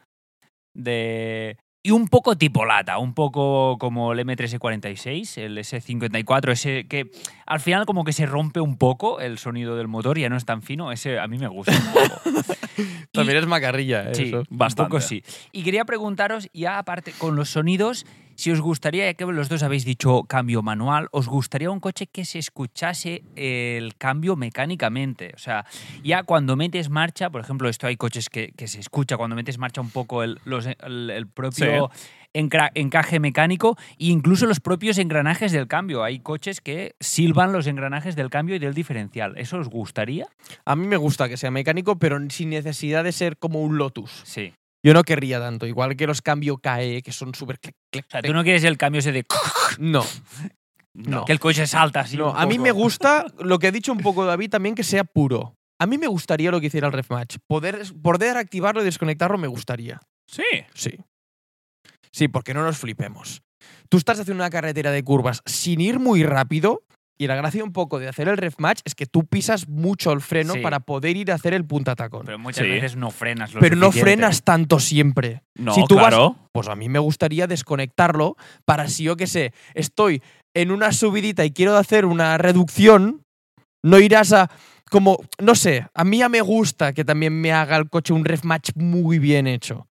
De... Y un poco tipo lata, un poco como el M346, el S54, ese que al final como que se rompe un poco el sonido del motor, ya no es tan fino, ese a mí me gusta un poco. Y- También es macarrilla, ¿eh? Sí, eso. un poco Bastante. sí. Y quería preguntaros, ya aparte con los sonidos, Si os gustaría, ya que los dos habéis dicho cambio manual, os gustaría un coche que se escuchase el cambio mecánicamente. O sea, ya cuando metes marcha, por ejemplo, esto hay coches que, que se escucha cuando metes marcha un poco el, los- el- el propio encra- encaje mecánico e incluso los propios engranajes del cambio. Hay coches que silban los engranajes del cambio y del diferencial. ¿Eso os gustaría? A mí me gusta que sea mecánico, pero sin necesidad de ser como un Lotus. Sí. Yo no querría tanto, igual que los cambio CAE, que son súper... clic, clic, O sea, clic. tú no quieres el cambio ese de... No, Que el coche salta así. no. un A mí poco. me gusta lo que ha dicho un poco David también, que sea puro. A mí me gustaría lo que hiciera el refmatch. Poder, poder activarlo y desconectarlo me gustaría. Sí. Sí. Sí, porque no nos flipemos. Tú estás haciendo una carretera de curvas sin ir muy rápido y la gracia un poco de hacer el ref match es que tú pisas mucho el freno Sí. para poder ir a hacer el puntatacón. Pero, Pero muchas Sí. veces no frenas. Lo no suficiente. frenas tanto siempre. No, Si tú vas- claro. Pues a mí me gustaría desconectarlo para si yo que sé, estoy en una subidita y quiero hacer una reducción, no irás a como no sé, a mí ya me gusta que también me haga el coche un ref match muy bien hecho.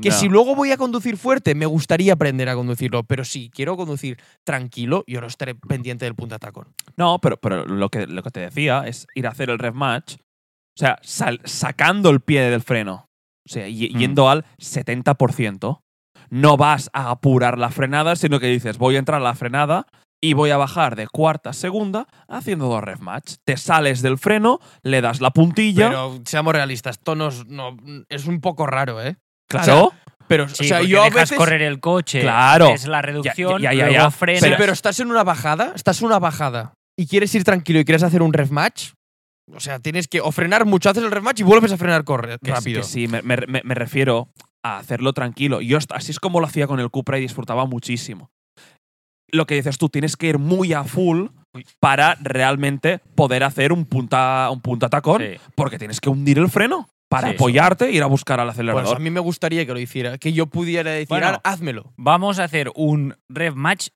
Que Ya. si luego voy a conducir fuerte, me gustaría aprender a conducirlo, pero si quiero conducir tranquilo, yo no estaré pendiente del punta tacón. No, pero, pero lo, que, lo que te decía es ir a hacer el rev match, o sea, sal- sacando el pie del freno, o sea, y- Mm. yendo al 70%. No vas a apurar la frenada, sino que dices, voy a entrar a la frenada y voy a bajar de cuarta a segunda haciendo dos rev match. Te sales del freno, le das la puntilla. Pero seamos realistas, tonos no, es un poco raro, ¿eh? claro. Pero Sí, o sea, porque yo a dejas veces correr el coche. Claro. Es la reducción. Ya, ya, ya, luego ya. frenas. pero, pero estás en una bajada, estás en una bajada y quieres ir tranquilo y quieres hacer un ref match, o sea, tienes que o frenar mucho, haces el ref match y vuelves a frenar corre, Que sí, rápido. que sí, me, me- me- me refiero a hacerlo tranquilo. Yo est- así es como lo hacía con el Cupra y disfrutaba muchísimo. Lo que dices tú, tienes que ir muy a full para realmente poder hacer un punta un puntatacón, Sí. porque tienes que hundir el freno para Sí, apoyarte e ir a buscar al Pues acelerador. a mí me gustaría que lo hiciera, que yo pudiera decir, Bueno. "Ahora, házmelo. Vamos a hacer un rev match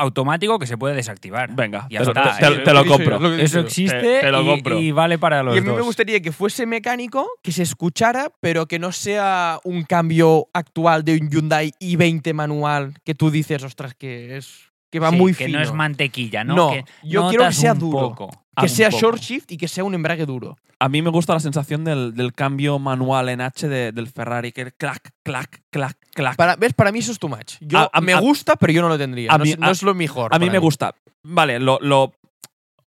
automático que se puede desactivar. Venga, Ya te, lo- está, te- eh. te lo digo yo, compro. es lo que Eso digo yo. existe Te- te lo y- compro. y, vale para los Y a mí dos. me gustaría que fuese mecánico, que se escuchara, pero que no sea un cambio actual de un Hyundai i20 manual que tú dices, ostras, que es que va Sí, muy que fino. no es mantequilla, ¿no? No, Que yo quiero que notas sea un duro. poco, que un sea poco. short shift y que sea un embrague duro. A mí me gusta la sensación del, del cambio manual en H de- del Ferrari, que el clac, clac, clac, clac. Para, ¿Ves? Para mí eso es too much. Yo, A- a- me a- gusta, pero yo no lo tendría. a no, mí- es, no a- es lo mejor. A mí para me gusta. Vale, lo, lo,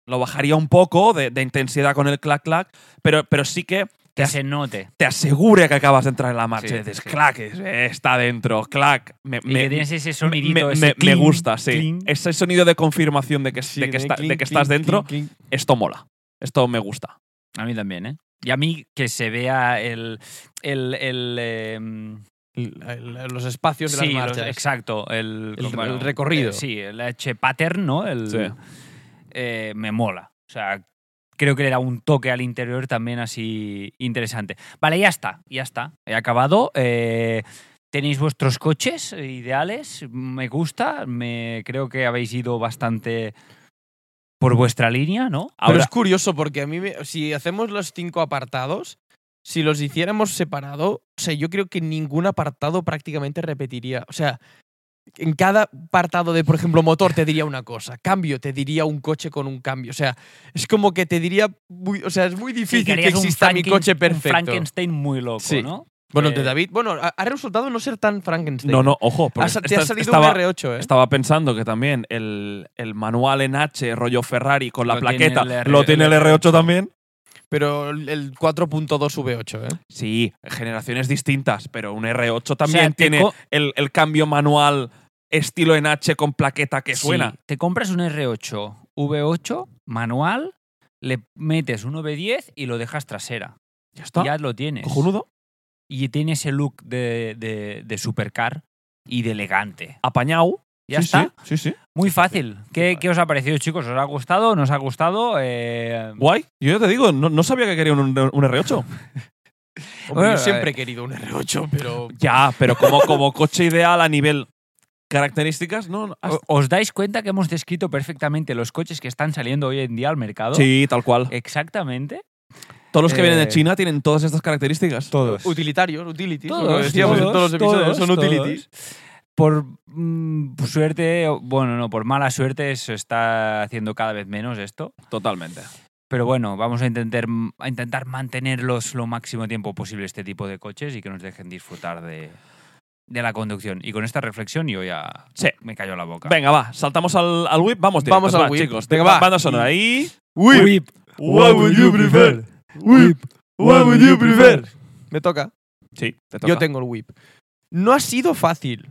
lo bajaría un poco de, de intensidad con el clac clac, pero, pero sí que te, Que as- se note. te asegura que acabas de entrar en la marcha. Sí, y dices, sí. clac, es- eh, está dentro, clac. Me, y me- que tienes ese me- sonidito. me- ese me- me cling, gusta, sí. cling. Ese sonido de confirmación de que, Sí, de que, está- clink, de que clink, estás dentro, clink, clink. esto mola. Esto me gusta. A mí también, ¿eh? Y a mí que se vea el. el, el em, El- el- eh, los espacios de sí, las los- marchas. exacto. El, El- el recorrido. eh, sí, el H pattern, ¿no? El, Sí. eh, me mola. O sea, creo que le da un toque al interior también así interesante. Vale, ya está, ya está. He acabado. Eh, tenéis vuestros coches ideales. Me gusta. Me creo que habéis ido bastante por vuestra línea, ¿no? Pero Ahora- es curioso porque a mí, me- si hacemos los cinco apartados, si los hiciéramos separado, o sea, yo creo que ningún apartado prácticamente repetiría. O sea, en cada apartado de, por ejemplo, motor te diría una cosa, cambio te diría un coche con un cambio. O sea, es como que te diría, muy- o sea, es muy Sí, difícil que, harías un exista mi Franken- coche un perfecto. Frankenstein muy loco, Sí. ¿no? Bueno, Eh, de David, bueno, ha ha resultado no ser tan Frankenstein. No, no, ojo. porque Ha sa- te esta- ha salido estaba, un R8, ¿eh? estaba pensando que también el, el manual en H, rollo Ferrari, con la Lo tiene plaqueta, el R- lo tiene el el R8 también. Pero el 4.2 V8, ¿eh? Sí, generaciones distintas, pero un R8 también te tiene co- el, el cambio manual estilo en H con plaqueta que Sí, suena. te compras un R8, V8, manual, le metes un V10 y lo dejas trasera. Ya está. Ya lo tienes. Cojonudo. y tiene ese look de, de- de supercar y de elegante. Apañau. Ya Sí, está. Sí, sí, sí. Muy fácil. ¿Qué, qué os ha parecido, chicos? ¿Os ha gustado? ¿Nos ha gustado? Eh, Guay. Yo ya te digo, no, no sabía que quería un, un R8. Hombre, Bueno, yo siempre he querido un R8, pero ya, pero como, como coche ideal a nivel características, no. no, has- ¿os- ¿Os dais cuenta que hemos descrito perfectamente los coches que están saliendo hoy en día al mercado? Sí, tal cual. Exactamente. Eh, Todos los que vienen de eh, China tienen todas estas características. Todos. utilitarios, utilities, lo Todos, que decíamos en todos, todos los episodios, todos, son utilities. todos. por mm, suerte, o- bueno, no, por mala suerte se está haciendo cada vez menos esto. Totalmente. Pero bueno, vamos a intentar, a intentar mantenerlos lo máximo tiempo posible este tipo de coches y que nos dejen disfrutar de, de la conducción. Y con esta reflexión yo ya Sí. me cayó la boca. Venga, va, saltamos al, al whip, vamos directos, Vamos al va, whip. chicos. Venga, va. Banda sonora ahí. Whip. What would you prefer? Whip. What would you prefer? Me toca. Sí, te toca. Yo tengo el whip. No ha sido fácil.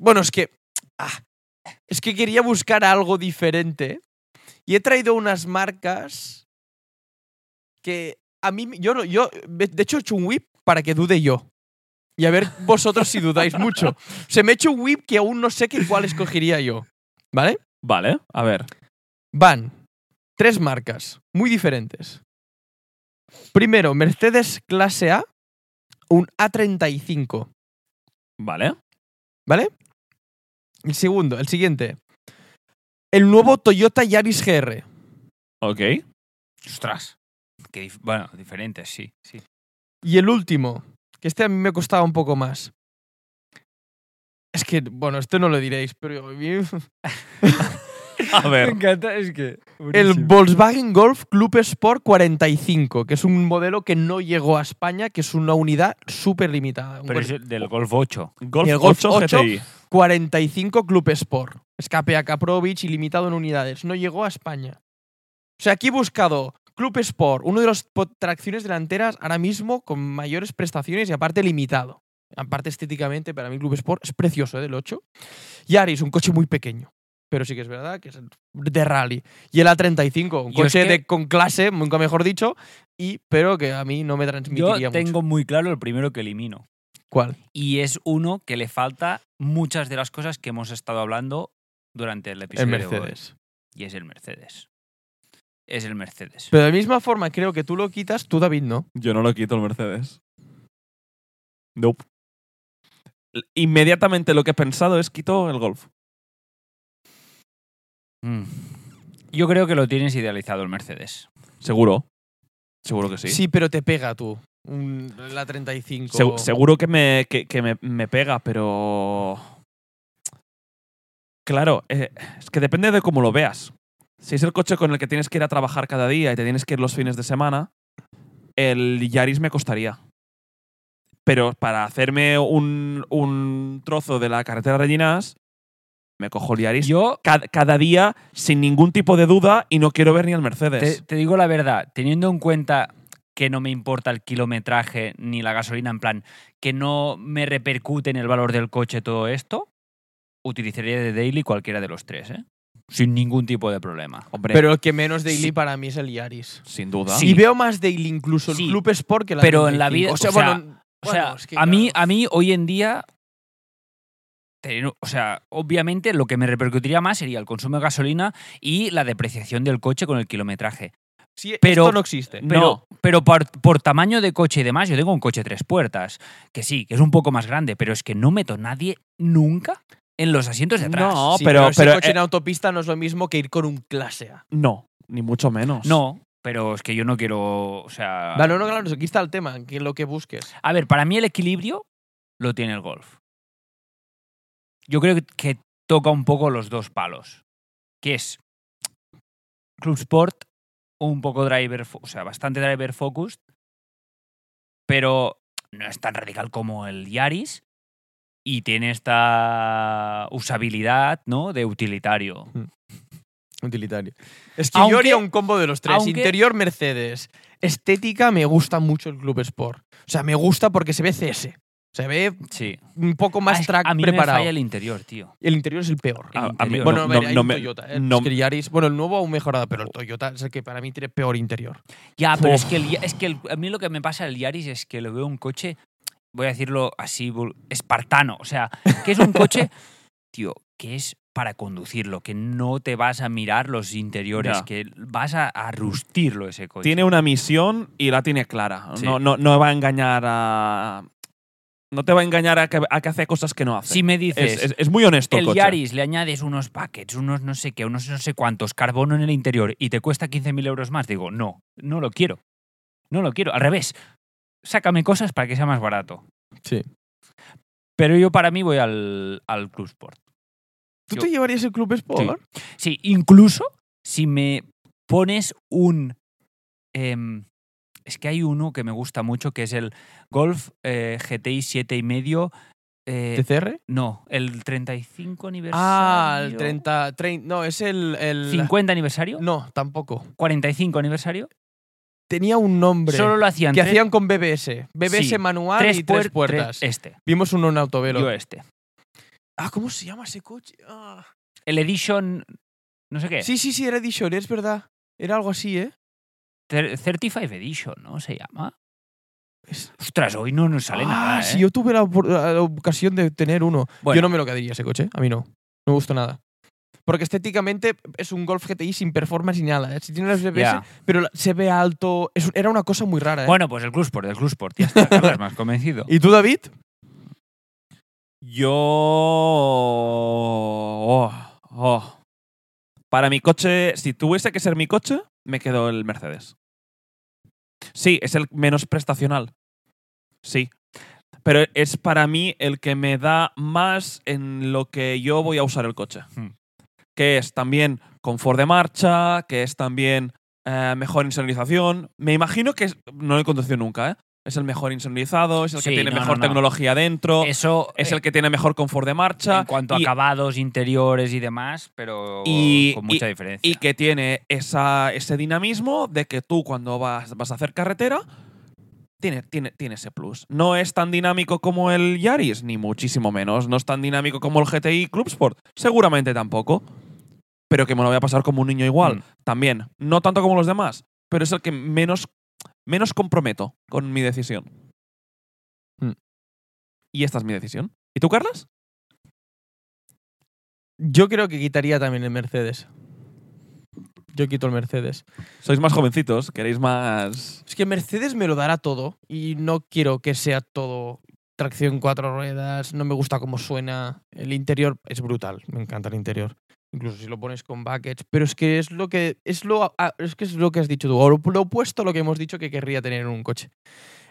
Bueno, es que. ah, es que quería buscar algo diferente. Y he traído unas marcas que a mí. Yo no. Yo, de hecho, he hecho un whip para que dude yo. Y a ver vosotros si dudáis mucho. Se me ha hecho un whip que aún no sé qué cuál escogería yo. ¿Vale? Vale, a ver. Van tres marcas muy diferentes. Primero, Mercedes clase A, un A35. Vale. ¿Vale? El segundo, el siguiente. El nuevo Toyota Yaris GR. Ok. Ostras. Que dif- bueno, diferentes, sí, sí. Y el último, que este a mí me costaba un poco más. Es que, bueno, esto no lo diréis, pero A ver. encanta, es que... el Volkswagen Golf Club Sport 45, que es un modelo que no llegó a España, que es una unidad súper limitada. Un Pero es Golf el del Golf 8. Golf, Y el Golf 8, 8. GTI. 45 Club Sport, escape a Kaprovich y limitado en unidades, no llegó a España. O sea, aquí he buscado Club Sport, uno de los po- tracciones delanteras ahora mismo con mayores prestaciones y aparte limitado. Aparte estéticamente, para mí Club Sport es precioso, ¿eh? del 8. Yaris, un coche muy pequeño. Pero sí que es verdad que es el- de rally. Y el A35, un Yo es coche que- de, con clase, nunca mejor dicho, y, pero que a mí no me Yo transmitiría mucho. tengo muy claro el primero que elimino. ¿Cuál? Y es uno que le falta muchas de las cosas que hemos estado hablando durante el episodio El de hoy. Mercedes. Y es el Mercedes. Es el Mercedes. Pero de la misma forma creo que tú lo quitas, tú David no. Yo no lo quito el Mercedes. Nope. Inmediatamente lo que he pensado es quito el Golf. Mm. Yo creo que lo tienes idealizado el Mercedes. Seguro. Seguro que sí. Sí, pero te pega tú. Un, la 35. Segu- seguro que, me, que, que me, me pega, pero. Claro, eh, es que depende de cómo lo veas. Si es el coche con el que tienes que ir a trabajar cada día y te tienes que ir los fines de semana, el Yaris me costaría. Pero para hacerme un, un trozo de la carretera Rellinás, me cojo el Yaris Yo ca- cada, día sin ningún tipo de duda y no quiero ver ni al te, Mercedes. te digo la verdad, teniendo en cuenta que no me importa el kilometraje ni la gasolina, en plan, que no me repercute en el valor del coche todo esto, utilizaría de Daily cualquiera de los tres, ¿eh? Sin ningún tipo de problema. Hombre, Pero el que menos daily Sí. Ah. para mí es el Yaris. sin duda. Sí. Y veo más daily incluso el Sí. Club Sport que la Pero en la 35. vida- O sea, o sea, bueno. O bueno, sea, es que a, mí, claro. a mí hoy en día, tener- o sea, obviamente lo que me repercutiría más sería el consumo de gasolina y la depreciación del coche con el kilometraje. Sí, pero- esto no existe. Pero, pero por, por tamaño de coche y demás, yo tengo un coche tres puertas, que sí, que es un poco más grande, pero es que no meto nadie nunca en los asientos de atrás. No, Sí, pero- ese pero, coche eh, en autopista no es lo mismo que ir con un clase A. No, ni mucho menos. pues No, pero es que yo no quiero, o sea... Vale, no, no, claro, aquí está el tema, que es lo que busques. A ver, para mí el equilibrio lo tiene el golf. Yo creo que- que toca un poco los dos palos, que es Club Sport, un poco driver, fo- o sea, bastante driver focused, pero no es tan radical como el Yaris y tiene esta usabilidad, ¿no? De utilitario. Utilitario. Es que Aunque- yo haría un combo de los tres. aunque- Interior Mercedes. Estética me gusta mucho el Club Sport. O sea, me gusta porque se ve CS. Se ve Sí. un poco más Ah, es que track a mí preparado. me falla el interior, tío. El interior es el peor. El A- a mí- interior. Bueno, no, a ver, no- hay no un me- Toyota. eh, no- es que el Yaris, bueno, el nuevo aún mejorado, pero el Toyota es el que para mí tiene peor interior. Ya, pero Uf. es que, el, Ya- es que el- a mí lo que me pasa del Yaris es que lo veo un coche, voy a decirlo así, vul- espartano. O sea, que es un coche, tío, que es para conducirlo, que no te vas a mirar los interiores, Ya. que vas a, a rustirlo ese coche. tiene una misión y la tiene clara. Pues Sí. No, no, no va a engañar a. No te va a engañar a que, a que hace cosas que no hace. si me es, dices, es- es muy honesto el el coche. Yaris le añades unos packets, unos no sé qué, unos no sé cuántos, carbono en el interior y te cuesta 15.000 euros más, digo, no, no lo quiero. No lo quiero. Al revés, sácame cosas para que sea más barato. Sí. Pero yo para mí voy al, al Club Sport. ¿Tú Yo- te llevarías el Club Sport? Sí, incluso si me pones un... em, es que hay uno que me gusta mucho, que es el Golf eh, GTI 7,5. medio eh, ¿TCR? no, el 35 aniversario. Ah, el 30, 30. No, es el. el 50 aniversario, No, tampoco. 45 aniversario. Tenía un nombre Solo lo hacían que tres, hacían con BBS. BBS Sí, manual tres y tres puer- puertas. tres- este, Vimos uno en autovelo. yo este. Ah, ¿cómo se llama ese coche? Ah. El Edition, no sé qué, Sí, sí, sí, era Edition, es verdad. Era algo así, ¿eh? Cer- 35 Edition, ¿no? Se llama. Es- Ostras, hoy no nos sale ah, nada. si ¿eh? yo tuve la, opor- la ocasión de tener uno. Bueno. Yo no me lo quedaría ese coche, a mí no. No me gustó nada. Porque estéticamente es un Golf GTI sin performance ni nada. ¿eh? Si tiene las BBS, Ya. pero la- se ve alto. Es un- era una cosa muy rara, ¿eh? Bueno, pues el Clusport, el Clusport, ya está, Carlos, más convencido. ¿Y tú, David? Yo. oh, oh. Para mi coche, si tuviese que ser mi coche, me quedo el Mercedes. Sí, es el menos prestacional. Sí. Pero es para mí el que me da más en lo que yo voy a usar el coche. Hmm. Que es también confort de marcha, que es también eh, mejor insonorización. Me imagino que es- no lo he conducido nunca, ¿eh? Es el mejor insonorizado, es el Sí, que tiene no, mejor no, no. tecnología dentro Eso es eh, el que tiene mejor confort de marcha en cuanto a y- acabados interiores y demás, pero Y- con y- mucha diferencia. y que tiene esa, ese dinamismo de que tú cuando vas, vas a hacer carretera tiene, tiene, tiene ese plus. No es tan dinámico como el Yaris, ni muchísimo menos. No es tan dinámico como el GTI Club Sport, seguramente tampoco. Pero que me lo voy a pasar como un niño igual, Mm. también. No tanto como los demás, pero es el que menos, menos comprometo con mi decisión. Mm. Y esta es mi decisión. ¿Y tú, Carlas? Yo creo que quitaría también el Mercedes. Yo quito el Mercedes. Sois más jovencitos, queréis más... Es que Mercedes me lo dará todo y no quiero que sea todo tracción cuatro ruedas, no me gusta cómo suena, el interior es brutal, me encanta el interior. Incluso si lo pones con buckets, pero es que es lo que es lo a- a- es que es lo que has dicho tú, o lo, lo opuesto a lo que hemos dicho que querría tener en un coche.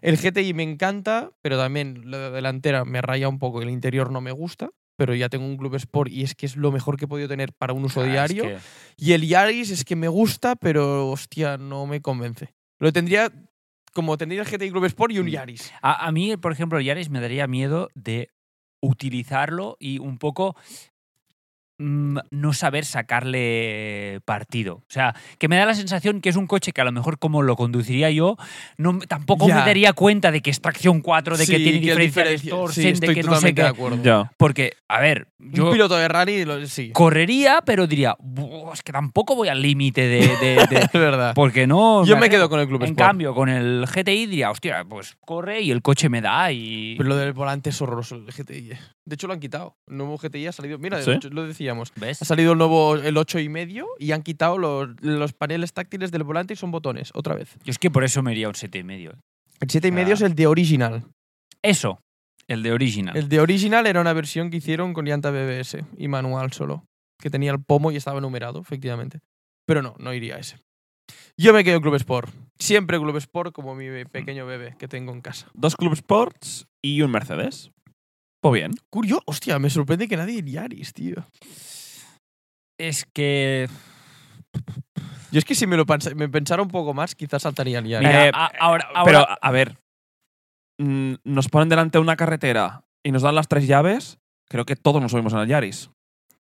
El GTI me encanta, pero también la delantera me raya un poco, el interior no me gusta, pero ya tengo un Club Sport y es que es lo mejor que he podido tener para un uso Ah, es diario. que- Y el Yaris es que me gusta, pero hostia, no me convence. Lo tendría como tendría el GTI Club Sport y un Mm. Yaris. A, a mí, por ejemplo, el Yaris me daría miedo de utilizarlo y un poco mm, no saber sacarle partido. O sea, que me da la sensación que es un coche que a lo mejor como lo conduciría yo, no, me- tampoco Ya. me daría cuenta de que es tracción 4, de que Sí, tiene que diferencia de diferencia- torsión, sí, estoy de que no sé totalmente de qué. acuerdo. Ya. Porque, a ver, yo Un piloto de rally, lo- sí. correría, pero diría, "Buah, es que tampoco voy al límite de, de- de-". Es verdad. Porque no... Yo me arriesgo. quedo con el Club pues, En Sport. cambio, con el GTI diría, hostia, pues corre y el coche me da y... Pero lo del volante es horroroso, el GTI. De hecho, lo han quitado. El nuevo GTI ha salido. Mira, de ¿Sí? hecho, lo decíamos. ¿Ves? Ha salido el nuevo, el 8 y medio, y han quitado los, los paneles táctiles del volante y son botones, otra vez. Yo es que por eso me iría a un 7,5. El 7 y medio Ah. es el de original. Eso, el de original. El de original era una versión que hicieron con llanta BBS y manual solo, que tenía el pomo y estaba numerado, efectivamente. Pero no, no iría a ese. Yo me quedo Club Sport. Siempre Club Sport como mi pequeño bebé que tengo en casa. dos Club Sports y un Mercedes. Pues bien. Curio, hostia, me sorprende que nadie en Yaris, tío. Es que. Yo es que si me lo pens- me pensara un poco más, quizás saltaría el Yaris. Eh, Mira, a- ahora, ahora- Pero, a- a ver, mm, nos ponen delante una carretera y nos dan las tres llaves. Creo que todos nos subimos en el Yaris.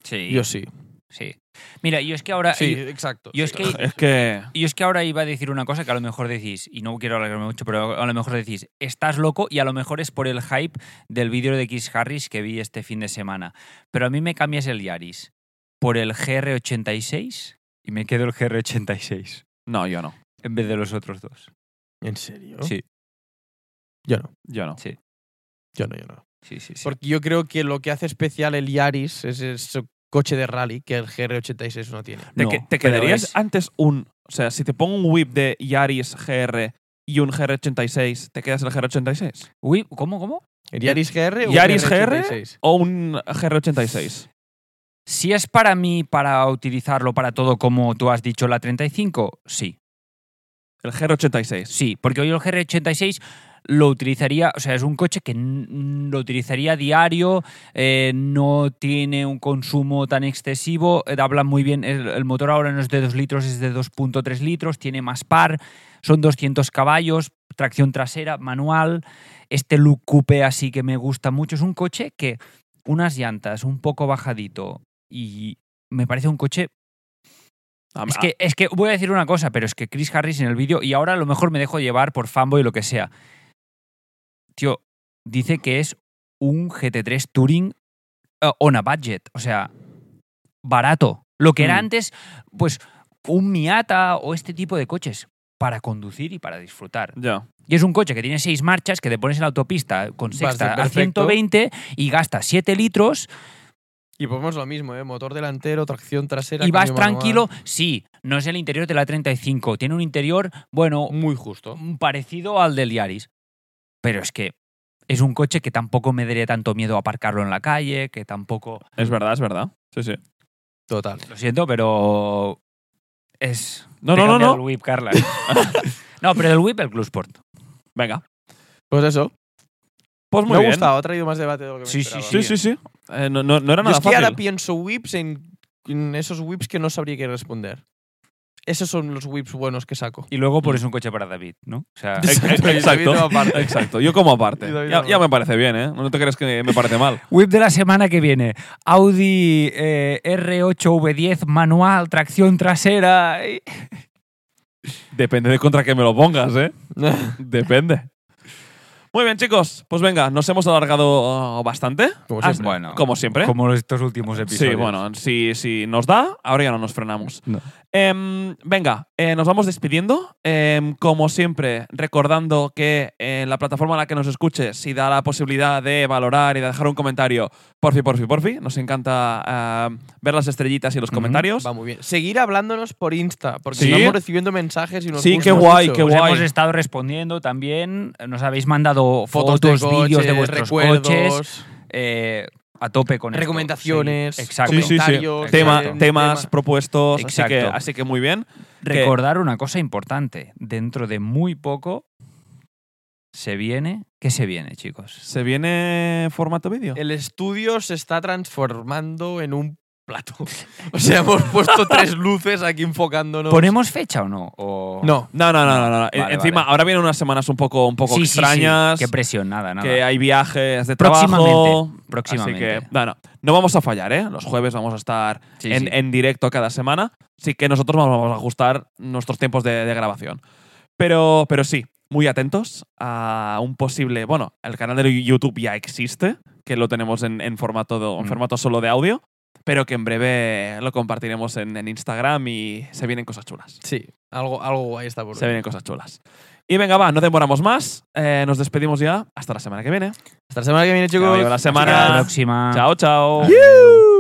sí, Yo sí. sí. Mira, yo es que ahora. Sí, Yo, exacto. Ah, yo es que. Es que. Yo es que ahora iba a decir una cosa que a lo mejor decís, y no quiero alargarme mucho, pero a lo mejor decís, estás loco y a lo mejor es por el hype del vídeo de Kiss Harris que vi este fin de semana. Pero a mí me cambias el Yaris por el GR86 y me quedo el GR86 No, yo no. en vez de los otros dos. ¿En serio? Sí, Yo no, Yo no. yo no, yo no. sí, sí. sí. Porque yo creo que lo que hace especial el Yaris es ese coche de rally que el GR86 no tiene. ¿Te, No, que- te pero quedarías es- antes un. O sea, si te pongo un whip de Yaris GR y un GR86, ¿te quedas el GR86? Uy, ¿cómo, cómo? ¿El Yaris GR o ¿Yaris el GR86? ¿O un GR86? Si es para mí, para utilizarlo para todo, como tú has dicho, la 35, sí. El GR86. Sí, porque hoy el GR86 lo utilizaría, o sea, es un coche que n- lo utilizaría a diario, eh, no tiene un consumo tan excesivo, eh, habla muy bien, el, el motor ahora no es de 2 litros, es de 2.3 litros, tiene más par, son 200 caballos, tracción trasera, manual, este look coupé así que me gusta mucho, es un coche que unas llantas un poco bajadito y me parece un coche A- es a- ah. que, es que voy a decir una cosa, pero es que Chris Harris en el vídeo, y ahora a lo mejor me dejo llevar por fanboy lo que sea. Tío, dice que es un GT3 Touring eh, on a budget. O sea, barato. Lo que era Mm. antes, pues, un Miata o este tipo de coches para conducir y para disfrutar. Ya. Y es un coche que tiene seis marchas, que te pones en la autopista con Va a ser sexta a perfecto. 120 y gastas 7 litros Y ponemos lo mismo, ¿eh? Motor delantero, tracción trasera. y vas cambio manual. tranquilo, sí, no es el interior de la 35, tiene un interior, bueno, Muy justo. parecido al del Yaris, pero es que es un coche que tampoco me daría tanto miedo aparcarlo en la calle, que tampoco, Es verdad, es verdad. Sí, sí. Total. lo siento, pero es No, te no, no, cambia no. el Whip, Carla. no, pero del Whip el Club Sport. Venga. Pues eso. Pues muy me ha bien. gustado, ha traído más debate de lo que me Sí, sí, esperaba. Sí, sí, sí. Eh, no, no- no era Yo nada es que ahora fácil. pienso whips en, en esos whips que no sabría qué responder. Esos son los whips buenos que saco. Y luego pones un coche para David, ¿no? O sea, Ex- ex- Exacto. David va aparte. Exacto. Yo como aparte. Y David Ya, va ya aparte. me parece bien, ¿eh? No te crees que me parece mal. Whip de la semana que viene. Audi eh, R8 V10 manual, tracción trasera. y- Depende de contra qué me lo pongas, ¿eh? Depende. Muy bien, chicos. Pues venga, nos hemos alargado uh, bastante. Como Has- siempre. Pues Bueno. ¿Eh? Como siempre. Como estos últimos episodios. Sí, bueno, si, si nos da, ahora ya no nos frenamos. No. Em, venga, eh, nos vamos despidiendo. Em, como siempre, recordando que eh, en la plataforma en la que nos escuches, si da la posibilidad de valorar y de dejar un comentario, porfi, porfi, porfi. Nos encanta ah, ver las estrellitas y los Ujú, comentarios. Va muy bien. Seguir hablándonos por Insta, porque Sí. estamos recibiendo mensajes y nos Sí, qué gusta guay, mucho. qué Os guay. hemos estado respondiendo también. Nos habéis mandado Fotos fotos, de vídeos de coches, vuestros recuerdos, coches. eh, a tope con esto. Recomendaciones, Sí, exacto. Sí, sí, sí. comentarios, Tema- eh, temas tema. propuestos. Así que, Exacto. así que muy bien. Recordar una cosa importante. Dentro de muy poco se viene. ¿Qué se viene, chicos? ¿Se viene formato vídeo? El estudio se está transformando en un plato. O sea, hemos puesto tres luces aquí enfocándonos. ¿Ponemos fecha o no? O- No. No, no, no, no. no. En- Vale, Encima, vale. ahora vienen unas semanas un poco, un poco Sí, sí, sí. extrañas. Qué presión, nada, nada. que hay viajes de Próximamente, trabajo. próximamente. Así que, no, no, no vamos a fallar, ¿eh? Los jueves vamos a estar Sí, en, sí. en directo cada semana. Así que nosotros nos vamos a ajustar nuestros tiempos de, de grabación. Pero, pero sí, muy atentos a un posible. Bueno, el canal de YouTube ya existe, que lo tenemos en, en formato, de- en Mm. formato solo de audio, pero que en breve lo compartiremos en, en Instagram y se vienen cosas chulas. Sí, algo, algo guay está por Se venir. vienen cosas chulas. Y venga, va, no demoramos más. Eh, nos despedimos ya. Hasta la semana que viene. Hasta la semana que viene, chicos. Hasta la Hasta semana. la próxima. Chao, chao. Ah. Adiós.